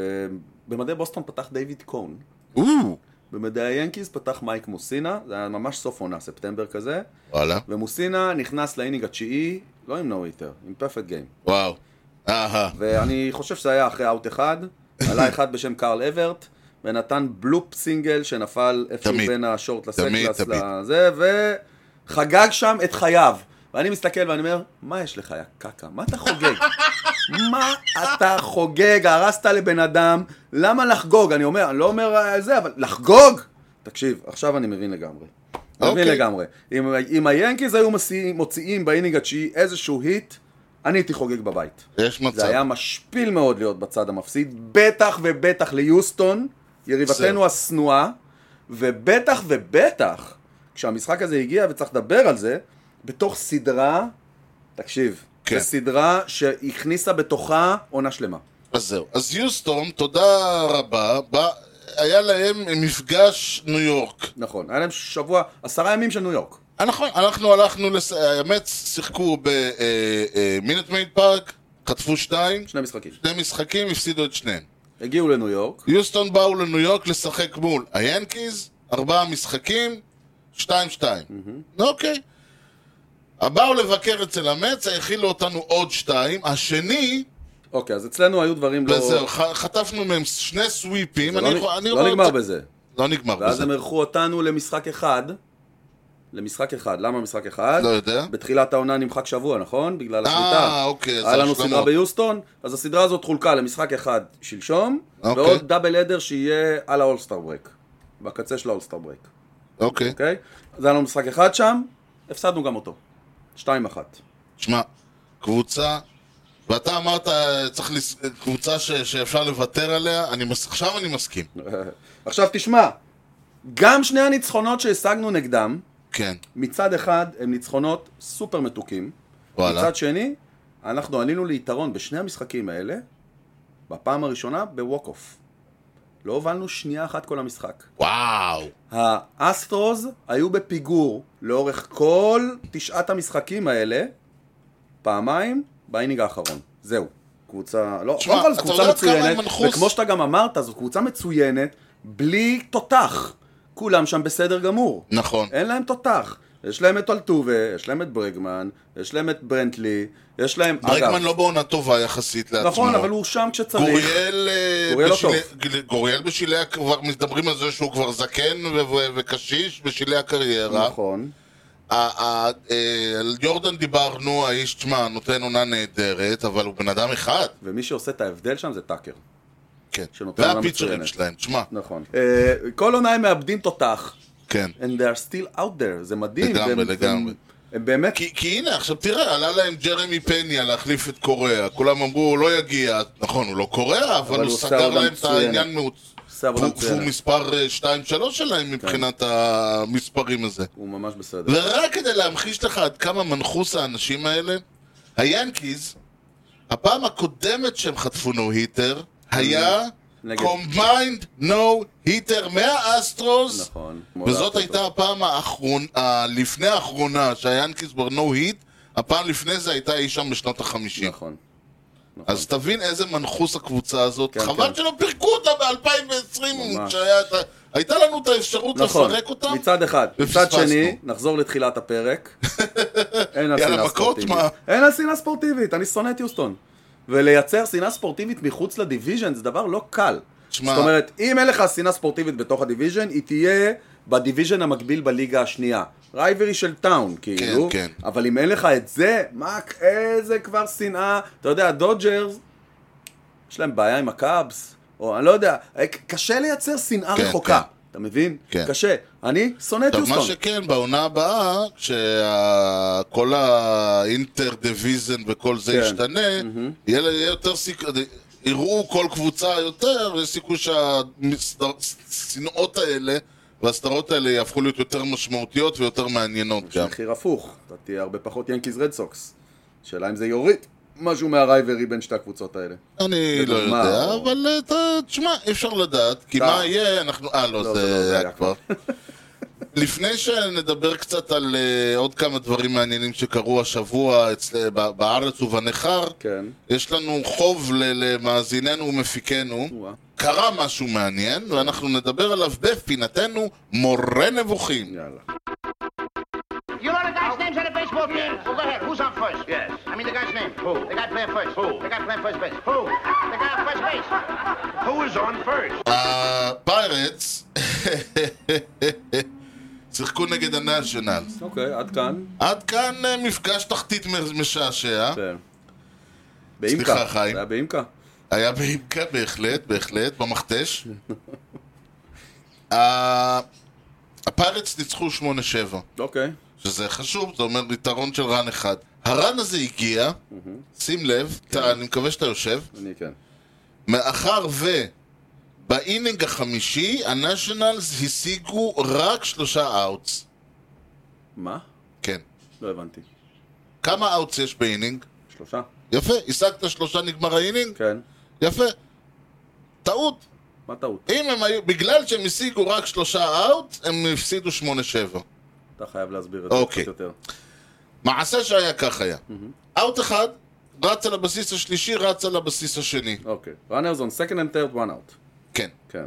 A: במדי בוסטון פתח דיוויד קון.
B: אוו,
A: במדי היאנקיז פתח מייק מוסינה, זה היה ממש סוף עונה, ספטמבר כזה,
B: וואלה,
A: ומוסינה נכנס לאינינג התשיעי, לא עם נו היטר, עם פרפקט גיים.
B: וואו, אהה,
A: ואני חושב שזה היה אחרי אאוט אחד, עלה אחד בשם קארל אברט, ונתן בלופ סינגל שנפל איפשהו
B: תמיד.
A: בין השורט
B: תמיד,
A: לסקלס
B: תמיד.
A: לזה, וחגג שם את חייו. ואני מסתכל ואני אומר, מה יש לך, יא קקה? מה אתה חוגג? מה אתה חוגג? הרסת לבן אדם, למה לחגוג? אני אומר, אני לא אומר אה, זה, אבל לחגוג? תקשיב, עכשיו אני מבין לגמרי. מבין
B: אוקיי.
A: לגמרי. אם, אם היאנקיז היו מוציאים- מוציאים באינינג התשיעי איזשהו היט, אני הייתי חוגג בבית.
B: יש
A: זה
B: מצב,
A: היה משפיל מאוד להיות בצד המפסיד, בטח ובטח ליוסטון,
B: זהו.
A: יריבתנו השנואה, ובטח ובטח כשהמשחק הזה הגיע, וצריך לדבר על זה, בתוך סדרה, תקשיב,
B: כן.
A: כן. זו סדרה שהכניסה בתוכה עונה שלמה.
B: אז זהו, אז יוסטון, תודה רבה, בא- היה להם מפגש ניו יורק.
A: נכון, היה להם שבוע, עשרה ימים של ניו יורק.
B: אנחנו, אנחנו נכון, הלכנו, לס... האמת, שיחקו אה, במינט מייד פארק, חטפו שתיים,
A: שני משחקים.
B: שני משחקים, הפסידו את שניהם.
A: הגיעו לניו יורק,
B: יוסטון באו לניו יורק לשחק מול היאנקיז, ארבעה משחקים, שתיים שתיים. אוקיי. באו לבקר אצל המץ, האכילו אותנו עוד שתיים, השני,
A: אוקיי, אז אצלנו היו דברים לא...
B: וזהו, ח... חטפנו מהם שני סוויפים,
A: זה
B: אני,
A: לא,
B: יכול-
A: נ...
B: אני
A: לא
B: רואה
A: נגמר
B: אותה-
A: בזה.
B: לא נגמר
A: ואז
B: בזה,
A: הם אירחו אותנו למשחק אחד. למשחק אחד. למה משחק אחד?
B: לא יודע.
A: אה? בתחילת העונה נמחק שבוע, נכון? בגלל השביתה.
B: אה, אוקיי, אז
A: היה לנו
B: ההשלמות.
A: סדרה ביוסטון, אז הסדרה הזאת חולקה למשחק אחד שלשום,
B: אוקיי.
A: ועוד דאבל אדר שיהיה על האולסטאר ברייק. בקצה של האולסטאר ברייק,
B: אוקיי.
A: אוקיי? אז היה לנו משחק אחד שם, הפסדנו גם אותו. 2-1.
B: שמע, קבוצה, ואתה אמרת, צריך לס... קבוצה ש... שאפשר לוותר עליה, אני מס... עכשיו אני מסכים.
A: עכשיו תשמע, גם שני הניצחונות שהשגנו נגדם,
B: כן,
A: מצד אחד הם ניצחונות סופר מתוקים,
B: וואלה.
A: מצד שני, אנחנו עלינו ליתרון בשני המשחקים האלה, בפעם הראשונה בווק אוף. לא הובלנו שנייה אחת כל המשחק.
B: וואו.
A: האסטרוז היו בפיגור לאורך כל תשעת המשחקים האלה, פעמיים, באינינג האחרון. זהו. קבוצה, לא,
B: תשמע,
A: קודם כל זו
B: אתה
A: קבוצה
B: יודעת כמה הם
A: מצוינת,
B: מנחוס?
A: וכמו שאתה גם אמרת, זו קבוצה מצוינת, בלי תותח. כולם שם בסדר גמור.
B: נכון.
A: אין להם תותח. יש להם את אלטובה, יש להם את ברגמן, יש להם את ברנטלי, יש להם...
B: ברגמן
A: אגב,
B: לא בעונה טובה יחסית לעצמו.
A: נכון, אבל הוא שם כשצריך.
B: גוריאל, אה,
A: גוריאל לא
B: בשלהי- גל- גוריאל בשלהי, הק- כבר מדברים על זה שהוא כבר זקן ו- ו- וקשיש בשלהי הקריירה.
A: נכון.
B: ה- ה- אה, על יורדן דיברנו, האיש, תשמע, נותן עונה נהדרת, אבל הוא בן אדם אחד.
A: ומי שעושה את ההבדל שם זה טאקר.
B: כן.
A: שנותן עונה
B: והפיצ'רים
A: מצוינת.
B: שלהם, תשמע,
A: נכון. אה, כל עונה הם מאבדים תותח,
B: כן.
A: and they are still out there, זה מדהים.
B: לגמרי,
A: והם- והם-
B: לגמרי.
A: הם באמת...
B: כי, כי הנה, עכשיו תראה, עלה להם ג'רמי פניה להחליף את קוריאה. כולם אמרו, הוא לא יגיע. נכון, הוא לא קוריאה, אבל,
A: אבל
B: הוא
A: הוא עושה
B: סגר
A: עבודה
B: להם את
A: מצוינת.
B: העניין מעוץ.
A: עושה עבודה
B: והוא-
A: מצוינת.
B: והוא מספר 2-3 שלהם מבחינת המספרים הזה.
A: הוא ממש בסדר.
B: ורק כדי להמחיש לך עד כמה מנחוס האנשים האלה, היאנקיז, הפעם הקודמת שהם חטפו נו היטר, היה
A: נגד.
B: קומביינד נו היטר מהאסטרוס.
A: נכון.
B: וזאת הייתה הפעם האחרונה, לפני האחרונה שהיאנקיס בר נו היט, הפעם לפני זה הייתה אי שם בשנות החמישים.
A: נכון.
B: אז תבין איזה מנחוס הקבוצה הזאת.
A: כן,
B: חבל
A: כן.
B: שלא פירקו אותה ב-2020,
A: ממש.
B: שהייתה לנו את האפשרות
A: נכון,
B: לפרק אותה.
A: מצד אחד. מצד
B: ופספסנו.
A: שני, נחזור לתחילת הפרק. אין על
B: יאללה,
A: שנאה
B: מכות,
A: ספורטיבית.
B: מה?
A: אין על שנאה ספורטיבית, אני שונא את יוסטון. ולייצר שנאה ספורטיבית מחוץ לדיוויז'ן זה דבר לא קל.
B: שמע-
A: זאת אומרת, אם אין לך שנאה ספורטיבית בתוך הדיוויז'ן, היא תהיה בדיוויז'ן המקביל בליגה השנייה. רייברי של טאון, כאילו.
B: כן, כן.
A: אבל אם אין לך את זה, מה, איזה כבר שנאה. אתה יודע, דודג'רס, יש להם בעיה עם הקאבס, או אני לא יודע, ק- קשה לייצר שנאה
B: כן,
A: רחוקה.
B: כן.
A: אתה מבין?
B: כן.
A: קשה. אני שונא את
B: טוב, מה
A: יוסטון.
B: שכן, בעונה הבאה, כשכל האינטר דיוויזן וכל זה
A: כן.
B: ישתנה, יהיה לה- יהיה יותר סיכוי, יראו כל קבוצה יותר, יש סיכוי שהשנאות האלה והסדרות האלה יהפכו להיות יותר משמעותיות ויותר מעניינות גם.
A: מחיר הפוך, אתה תהיה הרבה פחות ינקיז רד סוקס. שאלה אם זה יוריד משהו מהרייברי בין שתי הקבוצות האלה.
B: אני לא
A: לדוגמה,
B: יודע,
A: או-
B: אבל אה, אתה- תשמע, אי אפשר לדעת, כי
A: אתה-
B: מה יהיה, אנחנו... אה, לא,
A: לא, זה לא,
B: זה
A: זה
B: היה
A: היה
B: כבר. לפני שנדבר קצת על אה, עוד כמה דברים מעניינים שקרו השבוע אצל- ב- בארץ ובנכר,
A: כן.
B: יש לנו חוב ל- למאזיננו ומפיקנו.
A: וואה.
B: קרה משהו מעניין, ואנחנו נדבר עליו בפינתנו מורה נבוכים.
A: יאללה.
E: You know the guy's names on the baseball team? Well, go ahead. Who's on first? Yes. I mean the guy's name. Who? The guy playing first. Who? The guy playing first base. Who? The guy on first base. Who is on first?
B: הפיירטס שיחקו נגד הנאשונל.
A: אוקיי, עד כאן.
B: עד כאן אה, מפגש תחתית משעשע.
A: כן. באימקה.
B: סליחה, חיים.
A: זה היה באימקה.
B: היה באימקה בהחלט, בהחלט, במכתש. ה- הפיירטס ניצחו 8-7,
A: אוקיי.
B: שזה חשוב, זה אומר יתרון של רן אחד. הרן הזה הגיע, שים לב, אתה- אני מקווה שאתה יושב,
A: אני כן.
B: מאחר ובאינינג החמישי, הנשיונלס השיגו רק שלושה אאוטס.
A: מה?
B: כן.
A: לא הבנתי.
B: כמה אאוטס יש באינינג?
A: שלושה?
B: יפה, השגת שלושה נגמר האינינג?
A: כן.
B: יפה. טעות,
A: מה טעות?
B: אם הם היו, בגלל שהם השיגו רק שלושה אאוט, הם הפסידו 8-7.
A: אתה חייב להסביר את זה
B: אוקיי.
A: קצת יותר.
B: מעשה שהיה כך היה. אאוט אחד, רץ על הבסיס השלישי, רץ על הבסיס השני.
A: אוקיי. runners on second and third one out.
B: כן.
A: כן.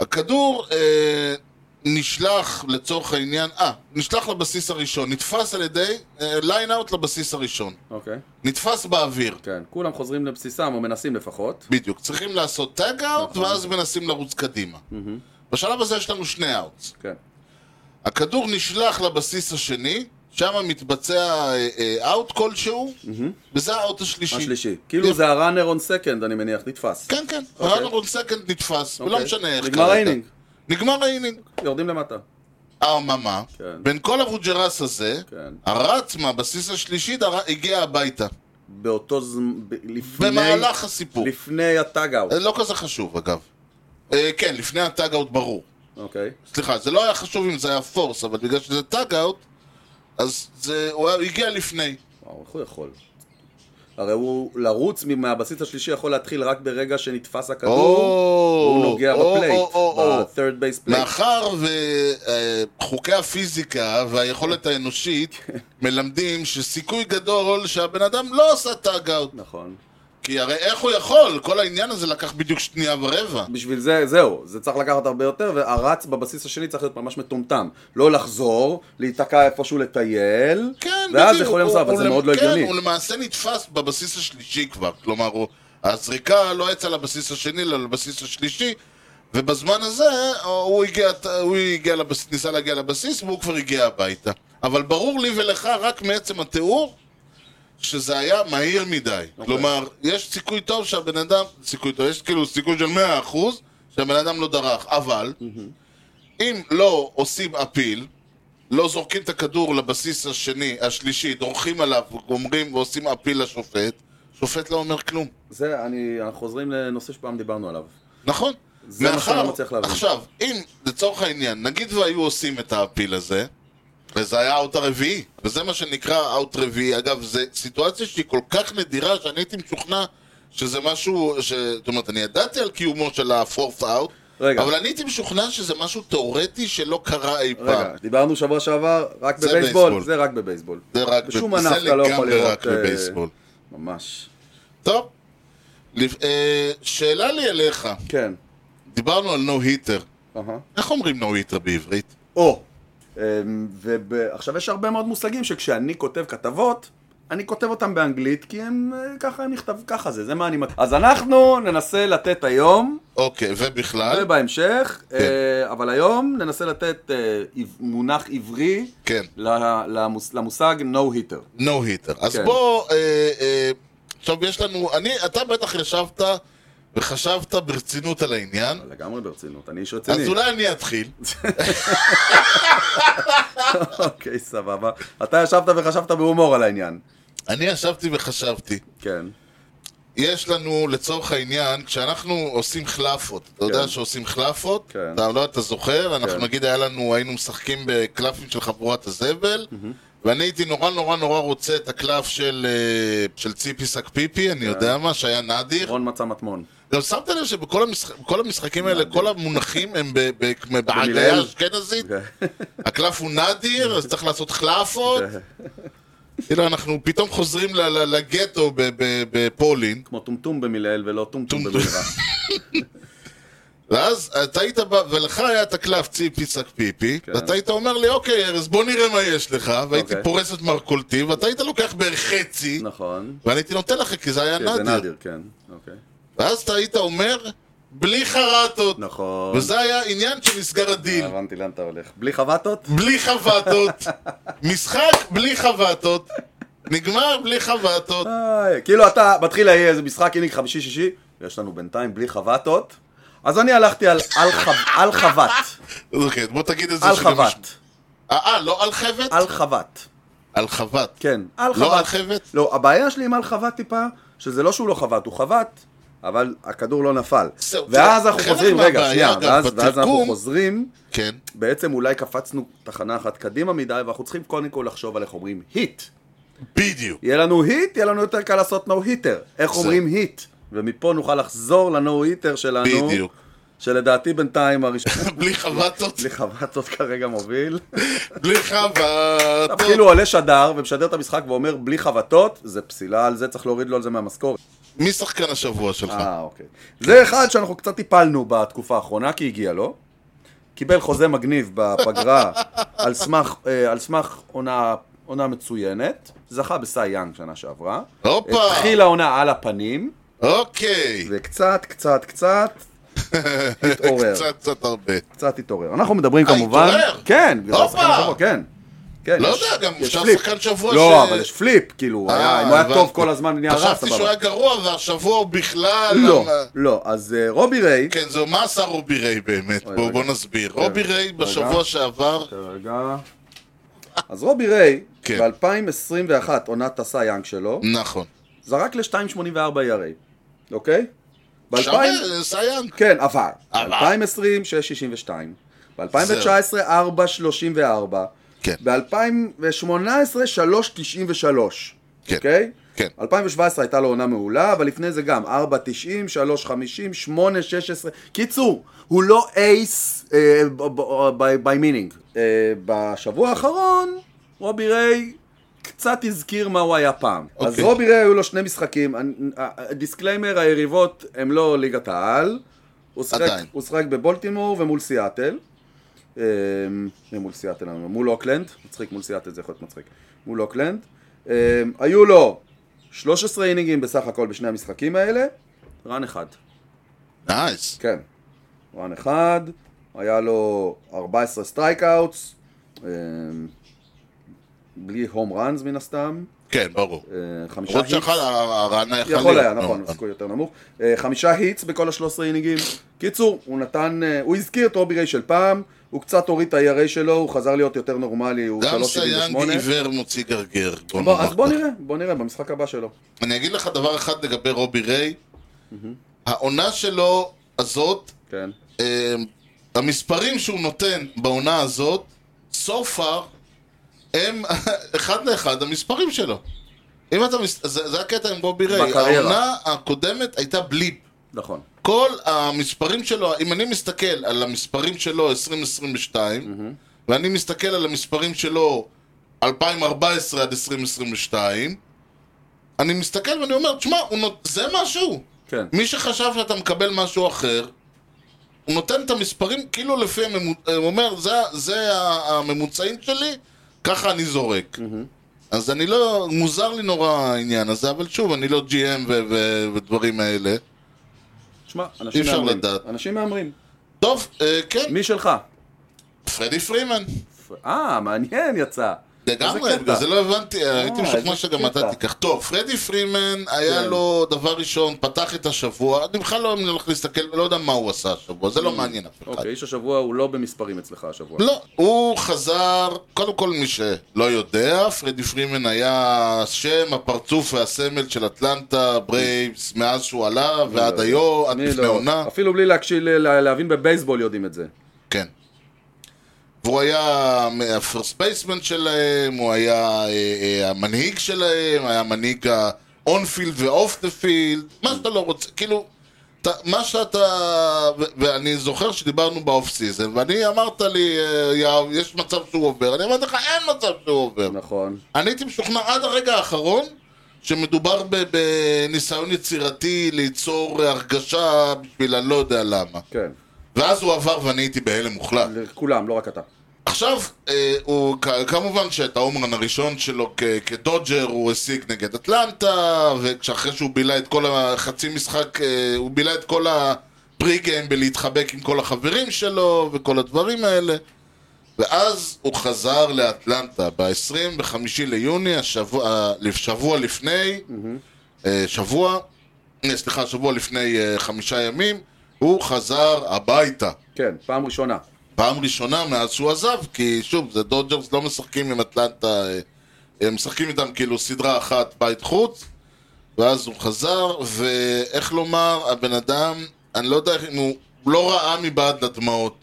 B: הכדור אה, נשלח לצורך העניין, אה, נשלח לבסיס הראשון, נתפס על ידי ליין אאוט לבסיס הראשון.
A: אוקיי.
B: נתפס באוויר.
A: כן. כולם חוזרים לבסיסם, או מנסים לפחות.
B: בדיוק. צריכים לעשות טאג אאוט, ואז מנסים לרוץ קדימה. בשלב הזה יש לנו שני אאוטס.
A: כן.
B: הכדור נשלח לבסיס השני, שם מתבצע אאוט כלשהו, וזה האאוט השלישי.
A: השלישי. כאילו זה הראנר און סקנד, אני מניח, נתפס.
B: כן, כן.
A: אוקיי.
B: ראנר און סקנד נתפס, ולא
A: אוקיי.
B: לא משנה איך
A: נגמר
B: קראת.
A: האינינג.
B: נגמר האינינג.
A: יורדים למטה.
B: אממה,
A: כן.
B: בין כל הווג'רס הזה,
A: כן.
B: הרץ מהבסיס השלישי דר- הגיע הביתה.
A: באותו זמן, ב- לפני...
B: במהלך הסיפור.
A: לפני הטאג-אאוט.
B: זה לא כזה חשוב, אגב. אה, כן, לפני הטאג-אאוט ברור.
A: אוקיי.
B: סליחה, זה לא היה חשוב אם זה היה פורס, אבל בגלל שזה טאג-אאוט, אז זה- הוא היה- הגיע לפני.
A: וואו, איך הוא יכול? הרי הוא לרוץ מ- מהבסיס השלישי יכול להתחיל רק ברגע שנתפס הכדור, הוא נוגע בפלייט, ב-third base פלייט.
B: מאחר וחוקי הפיזיקה
A: כן.
B: והיכולת האנושית מלמדים שסיכוי גדול שהבן אדם לא עשה טאג אאוט.
A: נכון.
B: כי הרי איך הוא יכול? כל העניין הזה לקח בדיוק שנייה ורבע.
A: בשביל זה, זהו, זה צריך לקחת הרבה יותר, והרץ בבסיס השני צריך להיות ממש מטומטם. לא לחזור, להיתקע איפשהו לטייל,
B: כן,
A: ואז
B: בדיוק.
A: יכולים
B: הוא-
A: לעשות, אבל
B: הוא
A: זה
B: למ-
A: מאוד לא
B: כן,
A: הגיוני.
B: הוא למעשה נתפס בבסיס השלישי כבר. כלומר, הוא- הזריקה לא יצאה לבסיס השני, אלא לבסיס השלישי. ובזמן הזה אה, הוא, הגיע, הוא הגיע לבס, ניסה להגיע לבסיס והוא כבר הגיע הביתה. אבל ברור לי ולך, רק מעצם התיאור, שזה היה מהיר מדי. Okay. כלומר, יש סיכוי טוב שהבן אדם, סיכוי טוב, יש כאילו סיכוי של 100% שהבן אדם לא דרך. אבל, אם לא עושים אפיל, לא זורקים את הכדור לבסיס השני, השלישי, דורכים עליו, גומרים ועושים אפיל לשופט, שופט לא אומר כלום.
A: זה, אני, אנחנו חוזרים לנושא שפעם דיברנו עליו.
B: נכון.
A: זה מה
B: מאחר-
A: שאני לא מצליח להבין.
B: עכשיו, אם לצורך העניין, נגיד והיו עושים את הפיל הזה, וזה היה האאוט הרביעי, וזה מה שנקרא האאוט רביעי. אגב, זו סיטואציה שהיא כל כך נדירה, שאני הייתי משוכנע שזה משהו, ש... זאת אומרת, אני ידעתי על קיומו של הפורט אאוט,
A: רגע.
B: אבל אני הייתי משוכנע שזה משהו תיאורטי שלא קרה אי פעם.
A: רגע, דיברנו שבוע שעבר, רק
B: זה בייסבול.
A: בבייסבול, זה רק בבייסבול.
B: זה רק,
A: בשום
B: ב-
A: ענף
B: זה
A: אתה לא יכול
B: לגמרי
A: לראות...
B: רק
A: אה,
B: בבייסבול.
A: ממש.
B: טוב. לפ- אה, שאלה לי אליך,
A: כן.
B: דיברנו על נו היטר.
A: אהה.
B: איך אומרים נו היטר בעברית?
A: או. אמ, ועכשיו יש הרבה מאוד מושגים שכשאני כותב כתבות, אני כותב אותם באנגלית, כי הם אה, ככה הם נכתב, ככה זה, זה מה אני... מכ- אז אנחנו ננסה לתת היום,
B: אוקיי,
A: לא
B: ובכלל?
A: ובהמשך,
B: כן.
A: אה, אבל היום ננסה לתת אה, עב- מונח עברי
B: כן.
A: ל- למוס- למושג no hitter.
B: נו היטר. אז
A: כן.
B: בוא, אה, אה, עכשיו יש לנו, אני, אתה בטח ישבת וחשבת ברצינות על העניין,
A: לגמרי ברצינות, אני איש רציני.
B: אז אולי אני אתחיל.
A: אוקיי, סבבה. אתה ישבת וחשבת בהומור על העניין.
B: אני ישבתי וחשבתי.
A: כן,
B: יש לנו, לצורך העניין, כשאנחנו עושים חלאפות, אתה יודע
A: כן.
B: שעושים חלאפות,
A: כן.
B: אתה לא אתה זוכר, אנחנו
A: כן.
B: נגיד היה לנו, היינו משחקים בקלפים של חבורת הזבל, ואני הייתי נורא נורא נורא רוצה את הקלף של, אה, של ציפי סק פיפי, אני יודע מה, שהיה נדיר.
A: כן. רון מצא מטמון.
B: גם שמת לב שבכל המשח... בכל המשחקים האלה, כל המונחים הם ב- ב-
A: במילה.
B: בהגיה אשכנזית,
A: אוקיי.
B: הקלף הוא נדיר, אז צריך לעשות חלאפות. כאילו, אנחנו פתאום חוזרים ל- ל- לגטו ב- ב- בפולין.
A: כמו טומטום במילאל ולא טומטום
B: טומטום.
A: במילרה.
B: ואז אתה היית בא, ולך היה את הקלף ציפי צק פיפי,
A: כן.
B: ואתה היית אומר לי, אוקיי, ארז, בוא נראה מה יש לך, והייתי
A: אוקיי.
B: פורס את מרכולתי, ואתה היית לוקח בערך חצי,
A: נכון.
B: ואני הייתי נותן לך, כי זה היה
A: כן, זה
B: נדיר.
A: נדיר, כן. אוקיי.
B: ואז אתה היית אומר, בלי חרטות.
A: נכון.
B: וזה היה עניין שנסגר הדיל.
A: הבנתי לאן אתה הולך. בלי חבטות?
B: בלי חבטות. משחק בלי חבטות. נגמר בלי חבטות.
A: איי, כאילו אתה מתחיל להעיר איזה משחק אינינג חמישי-שישי, ויש לנו בינתיים בלי חבטות. אז אני הלכתי על על חב- על חבט.
B: אוקיי, בוא תגיד את זה.
A: על
B: שגם יש-
A: חבט.
B: אה, אה, לא על חבט?
A: על חבט.
B: על חבט.
A: כן. על חבט.
B: לא על חבט?
A: לא, הבעיה שלי עם על חבט טיפה, שזה לא שהוא לא חבט, הוא חבט, אבל הכדור לא נפל.
B: זהו,
A: ואז
B: זה-
A: אנחנו
B: חלק
A: חוזרים, רגע,
B: מהבעיה,
A: שנייה,
B: אגב,
A: ואז ואז אנחנו
B: בתרגום-
A: חוזרים,
B: כן.
A: בעצם אולי קפצנו תחנה אחת קדימה מדי, ואנחנו צריכים קודם כל לחשוב על איך אומרים היט.
B: בדיוק.
A: יהיה לנו היט, יהיה לנו יותר קל לעשות נו היטר. איך
B: זהו.
A: אומרים היט? ומפה נוכל לחזור לנו היטר שלנו.
B: בדיוק.
A: שלדעתי בינתיים הראשון...
B: בלי חבטות.
A: בלי חבטות כרגע מוביל.
B: בלי
A: עכשיו כאילו
B: חבטות.
A: עולה שדר ומשדר את המשחק ואומר בלי חבטות, זה פסילה על זה, צריך להוריד לו על זה מהמשכורת.
B: מי שחקן השבוע שלך?
A: אה, אוקיי. זה אחד שאנחנו קצת טיפלנו בתקופה האחרונה, כי הגיע לו. קיבל חוזה מגניב בפגרה על סמך, אה, על סמך עונה, עונה מצוינת. זכה בסי יאנג שנה שעברה.
B: הופה.
A: התחילה העונה על הפנים,
B: אוקיי.
A: וקצת, קצת, קצת התעורר.
B: קצת קצת הרבה.
A: קצת התעורר. אנחנו מדברים
B: אה,
A: כמובן...
B: התעורר?
A: כן, בגלל
B: הופה.
A: השחקן השבוע, כן. כן,
B: לא
A: יש-
B: יודע, גם
A: יש
B: אפשר
A: פליפ.
B: שחקן שבוע
A: לא,
B: ש-
A: אבל יש פליפ, כאילו,
B: אה,
A: היה- אם הוא היה
B: הבנתי.
A: טוב כל הזמן ונהיה רע,
B: חשבתי שהוא
A: סבבה.
B: היה גרוע, והשבוע הוא בכלל...
A: לא,
B: אה,
A: לא, אז אה, רובי ריי...
B: כן, זהו, מה עשה רובי ריי באמת?
A: אוי, כן.
B: בוא
A: רגע.
B: בוא נסביר. רובי ריי בשבוע שעבר...
A: רגע. אז רובי ריי,
B: כן.
A: ב-2021, עונת הסי יאנג שלו,
B: נכון.
A: זרק ל-2.84 ERA, אוקיי? ב-
B: שווה,
A: 2000
B: אה, סייאנג.
A: כן, עבר.
B: עבר.
A: ב-2020, 6.62. ב-2019, 4.34.
B: כן.
A: ב-2018, 3.93.
B: כן.
A: אוקיי?
B: כן.
A: 2017 הייתה לו עונה מעולה, אבל לפני זה גם 4.90, 3.50, 8.16. קיצור, הוא לא אייס אה, by meaning. אה, בשבוע האחרון, רובי ריי קצת הזכיר מה הוא היה פעם. אז
B: אוקיי.
A: רובי ריי היו לו שני משחקים. אני- אה, אה, דיסקליימר, היריבות הם לא ליגת העל. הוא שיחק-
B: עדיין.
A: הוא שיחק בבולטימור ומול סיאטל. אה, מול סיאטל, מול אוקלנד, מצחיק, מול סיאטל זה יכול להיות מצחיק, מול אוקלנד. אה, היו לו 13 אינינגים בסך הכל בשני המשחקים האלה, רן אחד,
B: נייס.
A: כן, רן אחד, היה לו 14 סטרייק אאוטס, אמ, בלי הום ראנס מן הסתם,
B: כן, ברור.
A: אה, חמישה
B: למרות
A: היטס,
B: שיכול, הרעיון היה
A: יכול היה,
B: לא,
A: נכון,
B: אבל-
A: הסיכוי יותר נמוך, אה, חמישה היטס בכל ה-13 אינינגים, קיצור, הוא נתן, אה, הוא הזכיר את רובי ריי של פעם, הוא קצת הוריד את ה-ERA שלו, הוא חזר להיות יותר נורמלי, הוא 3.78.
B: גם סייאנג עיוור מוציא גרגר. בוא
A: בוא,
B: נאמר
A: אז בוא
B: ככה.
A: נראה, בוא נראה במשחק הבא שלו.
B: אני אגיד לך דבר אחד לגבי רובי ריי. העונה שלו הזאת,
A: כן.
B: אה, המספרים שהוא נותן בעונה הזאת, so far, הם אחד לאחד המספרים שלו. אם אתה מס... זה, זה הקטע עם רובי ריי.
A: בקריירה.
B: העונה הקודמת הייתה בליפ.
A: נכון.
B: כל המספרים שלו, אם אני מסתכל על המספרים שלו 2022, ואני מסתכל על המספרים שלו 2014 עד 2022, אני מסתכל ואני אומר, תשמע, הוא נות... זה משהו.
A: כן.
B: מי שחשב שאתה מקבל משהו אחר, הוא נותן את המספרים כאילו לפי הממוצ... הוא אומר, זה, זה ה- הממוצעים שלי, ככה אני זורק. אז אני לא, מוזר לי נורא העניין הזה, אבל שוב, אני לא GM ו- ו- ודברים האלה.
A: תשמע, אנשים
B: אי אפשר
A: מהמרים.
B: לדעת.
A: אנשים מהמרים.
B: טוב, אה, כן,
A: מי שלך?
B: פרדי פרימן.
A: אה, מעניין יצא.
B: לגמרי,
A: איזה קטע. אה,
B: בגלל זה לא הבנתי, הייתי משוכנע
A: איזה
B: שגם אתה
A: קטע.
B: תיקח. טוב, פרדי פרימן, היה
A: כן.
B: לו דבר ראשון, פתח את השבוע, אני בכלל לא הולך להסתכל, לא יודע מה הוא עשה השבוע, זה לא מעניין אף אחד.
A: אוקיי, איש השבוע הוא לא במספרים אצלך השבוע.
B: לא, הוא חזר, קודם כל מי שלא יודע, פרדי פרימן היה השם, הפרצוף והסמל של אטלנטה, ברייבס, מאז שהוא עלה ועד
A: לא.
B: היום, עד
A: אני
B: לפני
A: לא-
B: עונה.
A: אפילו בלי להקשיב, ל- להבין בבייסבול יודעים את זה.
B: כן. והוא היה הפרסט בייסמן שלהם, הוא היה אה, אה, המנהיג שלהם, היה מנהיג האונפילד ואוף דה פילד, מה שאתה לא רוצה, כאילו, אתה, מה שאתה, ו- ואני זוכר שדיברנו באוף סיזן, ואני אמרת לי, אה, "יא, יש מצב שהוא עובר, אני אמרתי לך, אין מצב שהוא עובר.
A: נכון.
B: אני הייתי משוכנע עד הרגע האחרון שמדובר ב- בניסיון יצירתי ליצור הרגשה בשביל אני לא יודע למה.
A: כן.
B: ואז הוא עבר ואני הייתי בהלם מוחלט.
A: לכולם, לא רק אתה.
B: עכשיו, אה, הוא, כ- כמובן שאת ההומרן הראשון שלו כ- כדודג'ר הוא השיג נגד אטלנטה, ואחרי שהוא בילה את כל החצי משחק, אה, הוא בילה את כל הפרי גיים בלהתחבק עם כל החברים שלו וכל הדברים האלה. ואז הוא חזר לאטלנטה ב-25 ליוני, השבוע, שבוע לפני, אה, שבוע, אה, סליחה, שבוע לפני אה, חמישה ימים, הוא חזר הביתה.
A: כן, פעם ראשונה.
B: פעם ראשונה מאז שהוא עזב, כי שוב, זה דודג'רס לא משחקים עם אטלנטה, אה, הם משחקים איתם כאילו סדרה אחת בית חוץ, ואז הוא חזר, ואיך לומר, הבן אדם, אני לא יודע איך, אם הוא הוא לא ראה מבעד לדמעות.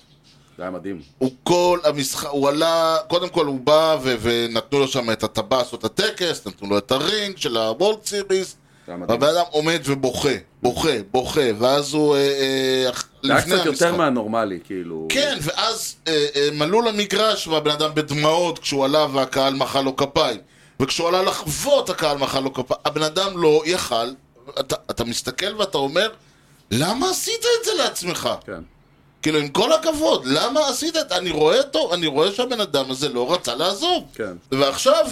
A: זה היה מדהים.
B: הוא כל המשחק, הוא עלה, קודם כל הוא בא ו- ונתנו לו שם את הטבס או את הטקס, נתנו לו את הרינג של הוולד סיריס,
A: זה היה מדהים.
B: והבן אדם עומד ובוכה, בוכה, בוכה, ואז הוא, אה, אה, אח-
A: זה היה
B: לפני
A: קצת
B: המשחק.
A: יותר מהנורמלי, כאילו.
B: כן, ואז אה, אה, מלאו למגרש והבן אדם בדמעות כשהוא עלה והקהל מחא לו כפיים. וכשהוא עלה לחוות הקהל מחא לו כפיים. הבן אדם לא יכל. אתה, אתה מסתכל ואתה אומר, למה עשית את זה לעצמך?
A: כן.
B: כאילו, עם כל הכבוד, למה עשית את זה? אני רואה אותו, אני רואה שהבן אדם הזה לא רצה לעזוב.
A: כן.
B: ועכשיו,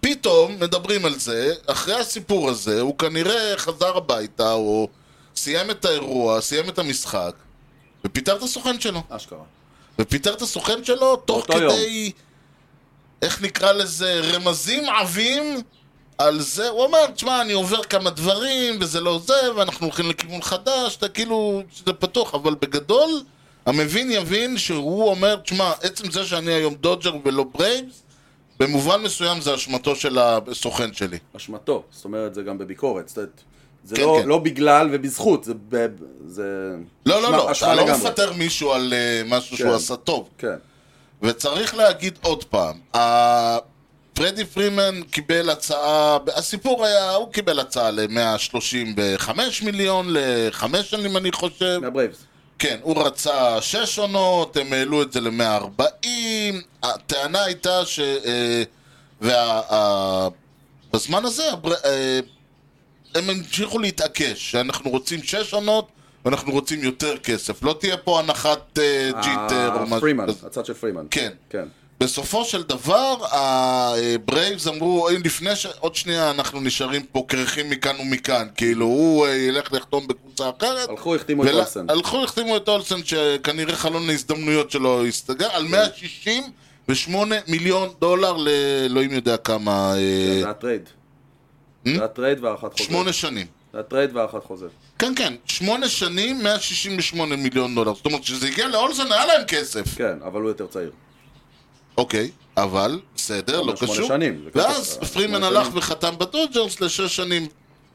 B: פתאום מדברים על זה, אחרי הסיפור הזה, הוא כנראה חזר הביתה, או סיים את האירוע, סיים את המשחק, ופיטר את הסוכן שלו.
A: אשכרה.
B: ופיטר את הסוכן שלו תוך
A: באותו
B: כדי, איך נקרא לזה, רמזים עבים על זה. הוא אמר, תשמע, אני עובר כמה דברים, וזה לא זה, ואנחנו הולכים לכיוון חדש, אתה כאילו, זה פתוח, אבל בגדול, המבין יבין שהוא אומר, תשמע, עצם זה שאני היום דודג'ר ולא ברייבס, במובן מסוים זה אשמתו של הסוכן שלי.
A: אשמתו. זאת אומרת, זה גם בביקורת. זאת אומרת, זה
B: כן,
A: לא-
B: כן.
A: לא בגלל ובזכות, זה... ב- זה...
B: לא, לא,
A: אשמה-
B: לא,
A: אשמה
B: אתה לא
A: לגמרי.
B: מפטר מישהו על אה, משהו שהוא
A: כן.
B: עשה טוב.
A: כן.
B: וצריך להגיד עוד פעם, ה- פרדי פרימן קיבל הצעה, הסיפור היה, הוא קיבל הצעה ל-135 מיליון, לחמש שנים אני חושב,
A: מהברייבס.
B: כן, הוא רצה שש עונות, הם העלו את זה ל-140, הטענה הייתה ש... אה, וה... ה- בזמן הזה הבר... אה, הם המשיכו להתעקש, שאנחנו רוצים שש עונות ואנחנו רוצים יותר כסף, לא תהיה פה הנחת אה, ג'יטר או משהו
A: פרימן,
B: כזה.
A: הצד של פרימן.
B: כן.
A: כן.
B: בסופו של דבר, הברייבס אמרו, "אוי, לפני ש... עוד שנייה אנחנו נשארים פה קרחים מכאן ומכאן. כאילו, הוא אה, ילך לחתום בקבוצה אחרת.
A: הלכו, החתימו את
B: ולה- אה,
A: אולסן.
B: הלכו, החתימו את אולסן, שכנראה חלון ההזדמנויות שלו הסתגר,
A: כן.
B: על 168 מיליון דולר לאלוהים יודע כמה... אה,
A: זה הטרייד. זה הטרייד והארכת חוזה.
B: שמונה שנים.
A: זה הטרייד והארכת חוזה.
B: כן, כן, שמונה שנים, 168 מיליון דולר. זאת אומרת, כשזה הגיע לאולסן, היה להם כסף.
A: כן, אבל הוא יותר צעיר.
B: אוקיי, אבל בסדר,
A: אבל
B: לא
A: שמונה
B: קשור.
A: שנים, נכון, זה
B: ואז
A: ככה,
B: פרימן
A: שמונה
B: הלך
A: שנים.
B: וחתם בדודג'רס לשש שנים.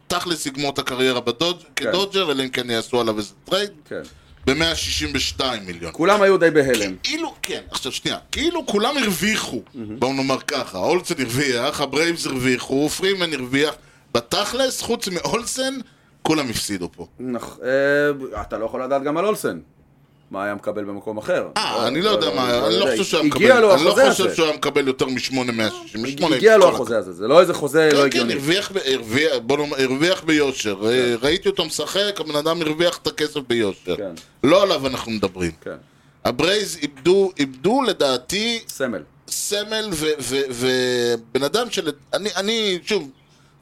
B: תכלס יגמור את הקריירה בדודג' כדודג'ר, אלא אם כן יעשו עליו איזה טרייד,
A: כן.
B: ב-162 מיליון.
A: כולם היו די בהלם.
B: כאילו, כן, עכשיו שנייה, כאילו כולם הרוויחו, בואו נאמר ככה, אולסן הרוויח, הברייבס הרוויחו, פרימן הרוויח, בתכלס, חוץ מאולסן, כולם הפסידו פה.
A: נכ- אה, אתה לא יכול לדעת גם על אולסן. מה היה מקבל במקום אחר. אה,
B: אה, אני לא יודע מה, אני לא חושב שהוא היה מקבל,
A: הגיע לו
B: אני לא
A: החוזה
B: חושב
A: הזה.
B: שהוא היה מקבל יותר מ-868.
A: הגיע לו החוזה הזה, זה לא איזה חוזה לא
B: כן,
A: הגיוני.
B: הרוויח, ב- הרוויח, בוא נאמר, הרוויח ביושר. אה, ראיתי אותו משחק, הבן אדם הרוויח את הכסף ביושר.
A: כן.
B: לא עליו אנחנו מדברים.
A: כן,
B: הברייז איבדו, איבדו לדעתי
A: סמל.
B: סמל ובן אדם של... אני, אני, שוב,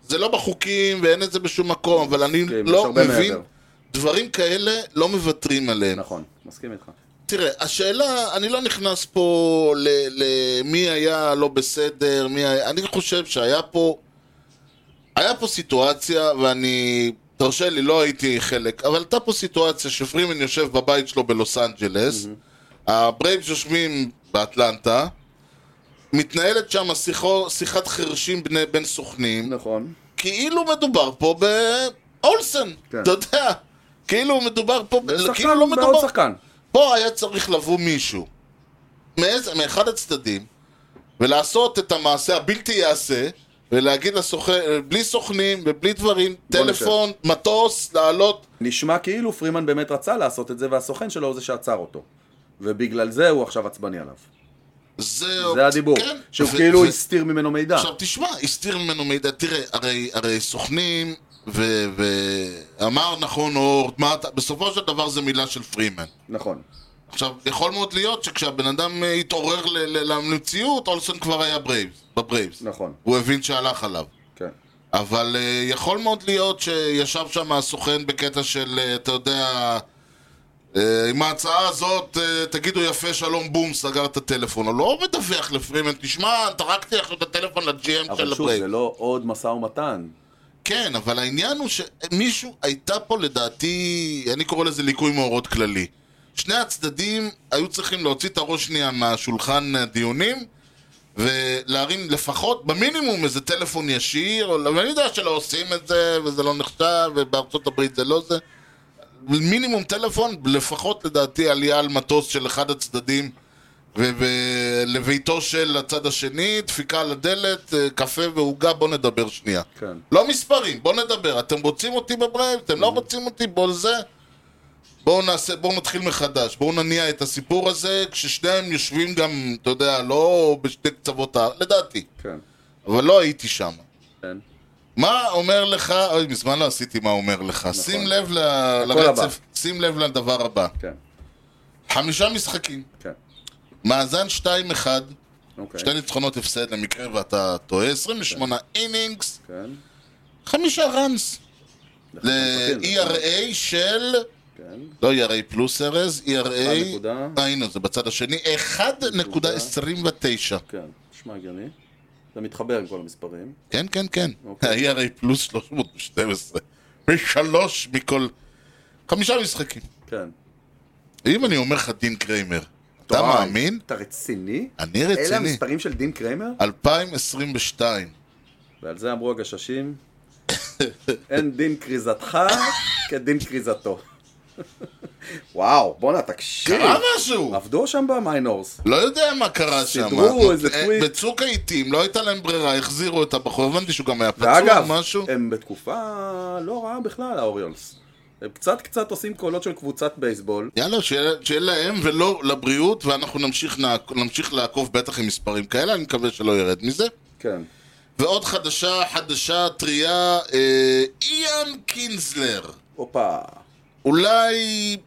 B: זה לא בחוקים ואין את זה בשום מקום, אבל אני
A: מסכים, כן, יש
B: לא
A: הרבה
B: מבין,
A: מעבר.
B: דברים כאלה לא מוותרים עליהם.
A: נכון, מסכים איתך.
B: תראה, השאלה, אני לא נכנס פה ל- למי היה לא בסדר, מי היה... אני חושב שהיה פה... היה פה סיטואציה, ואני... תרשה לי, לא הייתי חלק, אבל הייתה פה סיטואציה שפרימן יושב בבית שלו בלוס אנג'לס, הברייבס יושבים באטלנטה, מתנהלת שם שיחו, שיחת חרשים בני, בין סוכנים,
A: נכון.
B: כאילו מדובר פה באולסן,
A: כן.
B: אתה יודע, כאילו מדובר פה, ב-
A: שחקן
B: כאילו לא
A: מאוד
B: מדובר,
A: שחקן.
B: פה היה צריך לבוא מישהו מאיזה, מאחד הצדדים ולעשות את המעשה הבלתי ייעשה ולהגיד לסוכן, בלי סוכנים ובלי דברים,
A: נשב.
B: טלפון, מטוס, לעלות
A: נשמע כאילו פרימן באמת רצה לעשות את זה, והסוכן שלו הוא זה שעצר אותו. ובגלל זה הוא עכשיו עצבני עליו.
B: זה,
A: זה הדיבור.
B: כן,
A: שהוא
B: ו-
A: כאילו
B: ו-
A: הסתיר ממנו מידע.
B: עכשיו תשמע, הסתיר ממנו מידע, תראה, הרי, הרי סוכנים ו- ואמר נכון אורט, מה אתה, בסופו של דבר זה מילה של פרימן
A: נכון.
B: עכשיו, יכול מאוד להיות שכשהבן אדם אה, התעורר ל- ל- למציאות, אולסון כבר היה ברייבס, בברייבס.
A: נכון.
B: הוא הבין שהלך עליו.
A: כן.
B: אבל אה, יכול מאוד להיות שישב שם הסוכן בקטע של, אה, אתה יודע, אה, עם ההצעה הזאת, אה, תגידו יפה, שלום, בום, סגר את הטלפון. הוא לא מדווח לפרימן, תשמע, טרקתי עכשיו את הטלפון לג'י.אם של
A: אבל שוב,
B: הברייבס.
A: זה לא עוד משא ומתן.
B: כן, אבל העניין הוא שמישהו, הייתה פה לדעתי, אני קורא לזה ליקוי מאורות כללי. שני הצדדים היו צריכים להוציא את הראש שנייה מהשולחן הדיונים ולהרים לפחות, במינימום, איזה טלפון ישיר, או- לא, ואני יודע שלא עושים את זה, וזה לא נחשב, ובארצות הברית זה לא זה. מינימום טלפון, לפחות לדעתי עלייה על מטוס של אחד הצדדים ולביתו של הצד השני, דפיקה על הדלת, אה, קפה ועוגה, בוא נדבר שנייה.
A: כן.
B: לא מספרים, בוא נדבר. אתם רוצים אותי בברייב? אתם לא רוצים אותי? בואו זה. בואו נעשה, בואו נתחיל מחדש. בואו נניע את הסיפור הזה, כששניהם יושבים גם, אתה יודע, לא בשתי קצוות ה... לדעתי.
A: כן.
B: אבל לא הייתי שם.
A: כן.
B: מה אומר לך, אוי, מזמן לא עשיתי מה אומר לך. שים לב ל...
A: נכון, כן. הבא.
B: לרצף, שים לב לדבר הבא.
A: כן.
B: חמישה משחקים.
A: כן.
B: מאזן 2-1,
A: אוקיי.
B: שתי ניצחונות הפסד למקרה ואתה טועה, 28 אינינגס,
A: כן.
B: חמישה ראנס. E
A: נכון.
B: ל-ERA של,
A: כן.
B: לא ERA פלוס ארז, E ERA,
A: נקודה.
B: אה הנה זה בצד השני, 1.29,
A: כן. נשמע הגיוני. זה מתחבר עם כל המספרים.
B: כן כן כן,
A: אוקיי.
B: ה-ERA פלוס 312, בשלוש מכל, חמישה משחקים.
A: כן.
B: אם אני אומר לך דין קריימר, אתה
A: די.
B: מאמין?
A: אתה רציני?
B: אני
A: אלה
B: רציני.
A: המספרים של דין קריימר?
B: 2022,
A: ועל זה אמרו הגששים, אין דין כריזתך כדין כריזתו. וואו, בואנה, תקשיב.
B: קרה משהו!
A: עבדו שם במיינורס.
B: לא יודע מה קרה שם.
A: סידרו איזה
B: אה,
A: טוויט.
B: בצוק העיתים, לא הייתה להם ברירה, החזירו את הבחור, הבנתי שהוא גם היה פצוע
A: ואגב, אה,
B: או משהו.
A: הם בתקופה לא רעה בכלל, האוריולס. הם קצת קצת עושים קולות של קבוצת בייסבול.
B: יאללה, שיהיה שיהיה להם ולא לבריאות, ואנחנו נמשיך נעק- נמשיך לעקוב בטח עם מספרים כאלה, אני מקווה שלא ירד מזה.
A: כן.
B: ועוד חדשה, חדשה, טריה, אה, איאן קינזלר.
A: הופה.
B: אולי...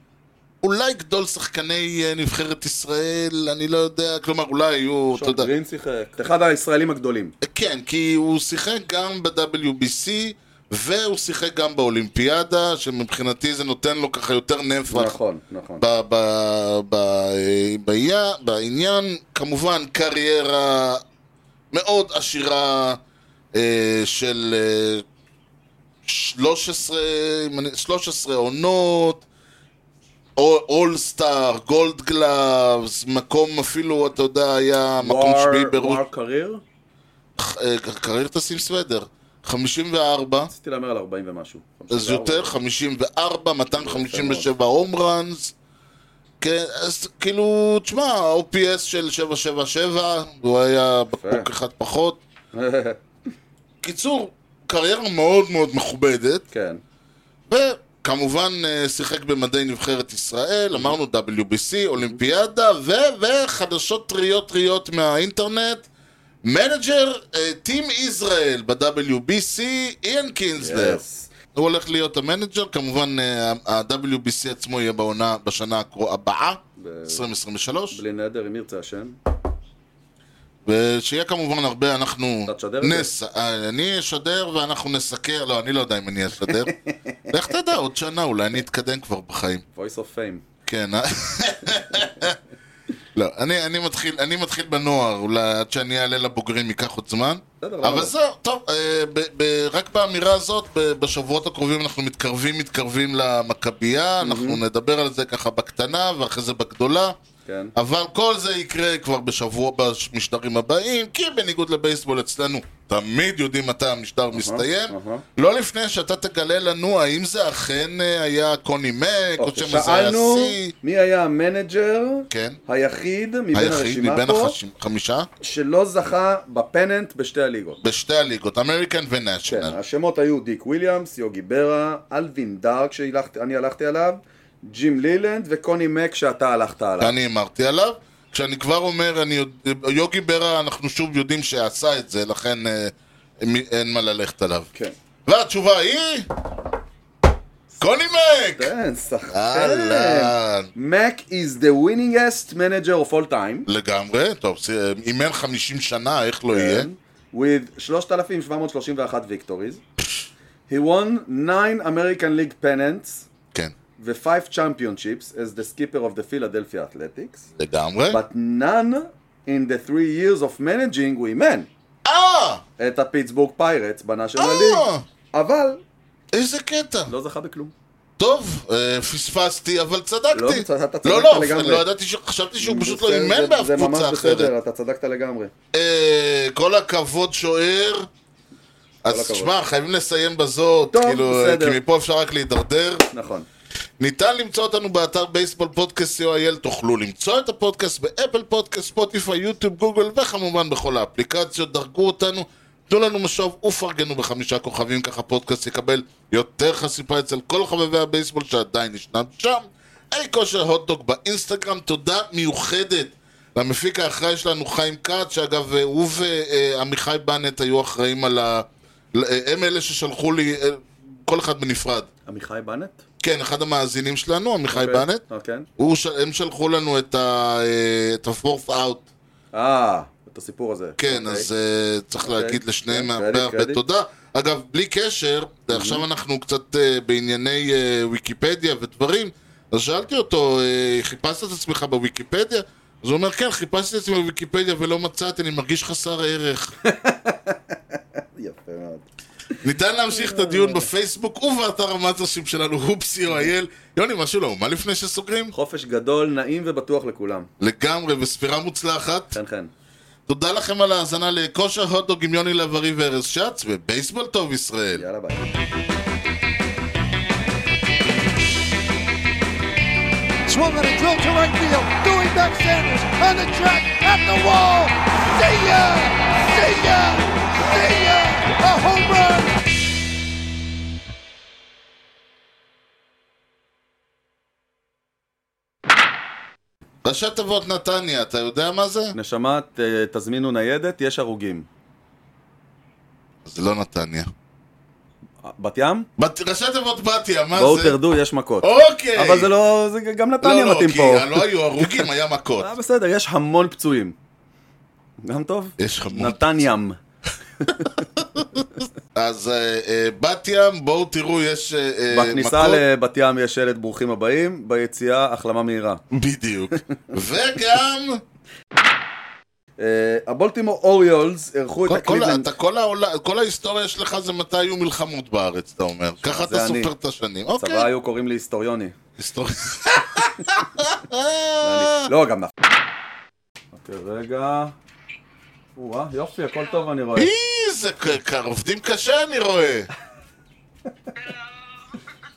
B: אולי גדול שחקני אה, נבחרת ישראל, אני לא יודע, כלומר אולי הוא, אתה
A: שון
B: יודע,
A: גרין שיחק. אחד הישראלים הגדולים.
B: כן, כי הוא שיחק גם ב-WBC והוא שיחק גם באולימפיאדה, שמבחינתי זה נותן לו ככה יותר נפח
A: נכון, נכון.
B: ב- ב- ב- בעיה- בעניין. כמובן, קריירה מאוד עשירה אה, של אה, 13, אם אני- 13 עונות. אולסטאר, גולד גלאבס, מקום אפילו, אתה יודע, היה מקום שביעי ברוש...
A: וואר קרייר?
B: אה, קרייר תשים סוודר. 54,
A: רציתי להמר על 40 ומשהו.
B: אז יותר, 54, 257 הום ראנס. כן, אז כאילו, תשמע, ה-OPS של 777, הוא היה בקבוק אחד פחות. קיצור, קריירה מאוד מאוד מכובדת,
A: כן.
B: ו... כמובן אה, שיחק במדי נבחרת ישראל, אמרנו WBC, אולימפיאדה ו... וחדשות טריות טריות מהאינטרנט. מנג'ר אה, טים ישראל ב-WBC, איאן קינסלר.
A: Yes.
B: הוא הולך להיות המנג'ר, כמובן אה, ה-WBC עצמו יהיה בעונה בשנה הקרוא- הבאה, 2023,
A: בלי נדר, אם ירצה השם.
B: ושיהיה כמובן הרבה, אנחנו
A: אתה תשדר את זה?
B: נס... אה, אני אשדר ואנחנו נסקר, לא, אני לא יודע אם אני אשדר. לך תדע, עוד שנה אולי אני אתקדם כבר בחיים.
A: voice of fame.
B: כן, אה? לא, אני, אני, מתחיל, אני מתחיל בנוער, אולי עד שאני אעלה לבוגרים ייקח עוד זמן.
A: בסדר, למה
B: אבל
A: לא?
B: זהו, טוב, אה, ב, ב, רק באמירה הזאת, ב, בשבועות הקרובים אנחנו מתקרבים, מתקרבים למכבייה, אנחנו נדבר על זה ככה בקטנה ואחרי זה בגדולה.
A: כן.
B: אבל כל זה יקרה כבר בשבוע במשדרים הבאים, כי בניגוד לבייסבול אצלנו תמיד יודעים מתי המשדר מסתיים.
A: אהה.
B: לא לפני שאתה תגלה לנו האם זה אכן אה, היה קוני מק, או
A: אוקיי,
B: שמא זה היה
A: שאלנו
B: שיא.
A: מי היה המנג'ר
B: כן.
A: היחיד מבין
B: היחיד
A: הרשימה
B: מבין
A: פה
B: החמישה
A: שלא זכה בפננט בשתי הליגות.
B: בשתי הליגות, אמריקן
A: כן,
B: ונאשונל.
A: השמות היו דיק וויליאמס, יוגי ברה, אלווין דארק שאני הלכתי עליו, ג'ים לילנד וקוני מק שאתה הלכת עליו.
B: אני אמרתי עליו. כשאני כבר אומר, אני יודע- יוגי ברה, אנחנו שוב יודעים שעשה את זה, לכן אה, מי- אין מה ללכת עליו.
A: כן.
B: והתשובה היא... קוני מק!
A: כן, סחטן.
B: אהלן.
A: מק is the winningest manager of all time.
B: לגמרי, טוב, זה- אה, אם אין 50 שנה, איך
A: כן.
B: לא יהיה?
A: with 3,731 victories. He won 9 American League pennants
B: כן,
A: ו-5 championships as the skipper of the Philadelphia Athletics,
B: לגמרי.
A: but none in the three years of managing we man
B: אה!
A: את הפיטסבורג פיירטס בנאשונל
B: אה.
A: ליג, אבל
B: איזה קטע.
A: לא זכה בכלום.
B: טוב, אה, פספסתי, אבל צדקתי.
A: לא, אתה- אתה צדקת
B: לא, לא,
A: לגמרי.
B: לא ידעתי, ש- חשבתי שהוא פשוט לא
A: בסדר, זה-
B: אימן באף
A: זה ממש
B: קבוצה
A: בסדר,
B: אחרת.
A: אתה צדקת לגמרי.
B: אה, כל הכבוד, שוער. אז
A: הכבוד.
B: תשמע, חייבים לסיים בזאת,
A: טוב,
B: כאילו, אה,
A: בסדר.
B: כי מפה אפשר רק להידרדר.
A: נכון.
B: ניתן למצוא אותנו באתר בייסבול פודקאסט co.il, תוכלו למצוא את הפודקאסט באפל פודקאסט, ספוטיפיי, יוטיוב, גוגל, וכמובן בכל האפליקציות, דרגו אותנו, תנו לנו משוב ופרגנו בחמישה כוכבים, ככה הפודקאסט יקבל יותר חשיפה אצל כל חובבי הבייסבול שעדיין ישנם שם. אי כושר הוטדוק באינסטגרם, תודה מיוחדת למפיק האחראי שלנו, חיים כץ, שאגב, אה, הוא ועמיחי בנט היו אחראים על ה... הם אלה ששלחו לי, אה, כל אחד בנפרד.
A: עמיחי בנט?
B: כן, אחד המאזינים שלנו, עמיחי בנט,
A: אה, כן?
B: הוא ש- הם שלחו לנו את ה- אה, את ה-forth out.
A: אה, את הסיפור הזה.
B: כן,
A: אוקיי.
B: אז אה, צריך להגיד לשניהם
A: כן, Mm-hmm.
B: הרבה
A: קרדיט,
B: הרבה
A: קרדיט.
B: תודה. אגב, בלי קשר, עכשיו אנחנו קצת אה, בענייני אה, ויקיפדיה ודברים, אז שאלתי אותו, אה, חיפשת את עצמך בוויקיפדיה? אז הוא אומר, כן, חיפשתי את עצמי בוויקיפדיה ולא מצאתי, אני מרגיש חסר ערך.
A: יפה מאוד.
B: ניתן להמשיך את הדיון בפייסבוק ובאתר המאטרשים שלנו, הופסי או אייל. יוני, משהו לאומה לפני שסוגרים?
A: חופש גדול, נעים ובטוח לכולם.
B: לגמרי, וספירה מוצלחת.
A: חן חן.
B: תודה לכם על ההאזנה לכושר הוטדוג עם יוני לב-ארי וארז שץ, ובייסבול טוב ישראל.
A: יאללה ביי.
F: Swung on a drill to right field. Doing back Sanders on the track at the wall. See ya! See ya! See ya! A home run!
B: ראשי תיבות נתניה, אתה יודע מה זה?
A: נשמה, ת- אה, תזמינו ניידת, יש הרוגים.
B: זה לא נתניה.
A: בת ים?
B: בת- ראשי תיבות בתיה, מה
A: בואו
B: זה?
A: תרדו, יש מכות.
B: אוקיי!
A: אבל זה לא, זה ג- גם נתניה
B: לא, לא,
A: מתאים
B: כי
A: פה.
B: לא היו הרוגים, היה מכות.
A: אה, בסדר, יש המון פצועים. גם טוב.
B: יש לך מון.
A: נתן ים.
B: אז אה, אה, בת ים, בואו תראו, יש אה, אה, מכות.
A: בכניסה לבת ים יש שלט ברוכים הבאים, ביציאה החלמה מהירה.
B: בדיוק. וגם...
A: אה, הבולטימור אוריולס אירחו את
B: כל- כל ה-
A: הקליבלנד...
B: אתה- כל העולה- כל ההיסטוריה שלך זה מתי היו מלחמות בארץ, אתה אומר. ככה אתה
A: זה אני.
B: סופר את השנים. אוקיי.
A: צבא היו קוראים לי היסטוריוני.
B: היסטוריה.
A: אני- לא, גם נפ... אוקיי, רגע. או-אה, יופי, הכל טוב אני רואה.
B: אי, זה ק- ק- עובדים קשה אני רואה.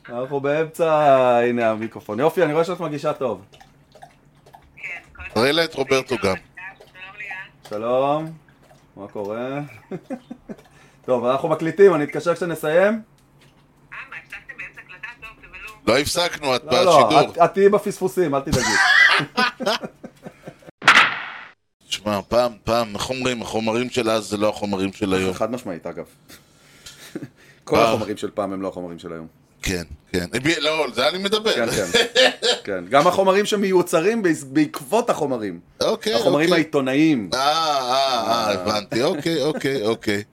A: אנחנו באמצע, הנה המיקרופון. יופי, אני רואה שאת מגישה טוב.
B: תראי לה את רוברטו גם.
A: שלום, מה קורה? טוב, אנחנו מקליטים, אני אתקשר כשנסיים.
B: לא הפסקנו, את
A: לא, לא,
B: בשידור.
A: את- את תהיי בפספוסים, אל תדאגי.
B: תשמע, פעם, פעם, איך אומרים, החומרים של אז זה לא החומרים של היום.
A: חד משמעית, אגב. כל
B: אה.
A: החומרים של פעם הם לא החומרים של היום.
B: כן, כן. אה, לא, על זה אני מדבר.
A: כן, כן. כן, גם החומרים שמיוצרים בעז- בעקבות החומרים.
B: אוקיי,
A: החומרים
B: אוקיי.
A: העיתונאיים.
B: אה, אה, אה, הבנתי, אוקיי, אוקיי, אוקיי.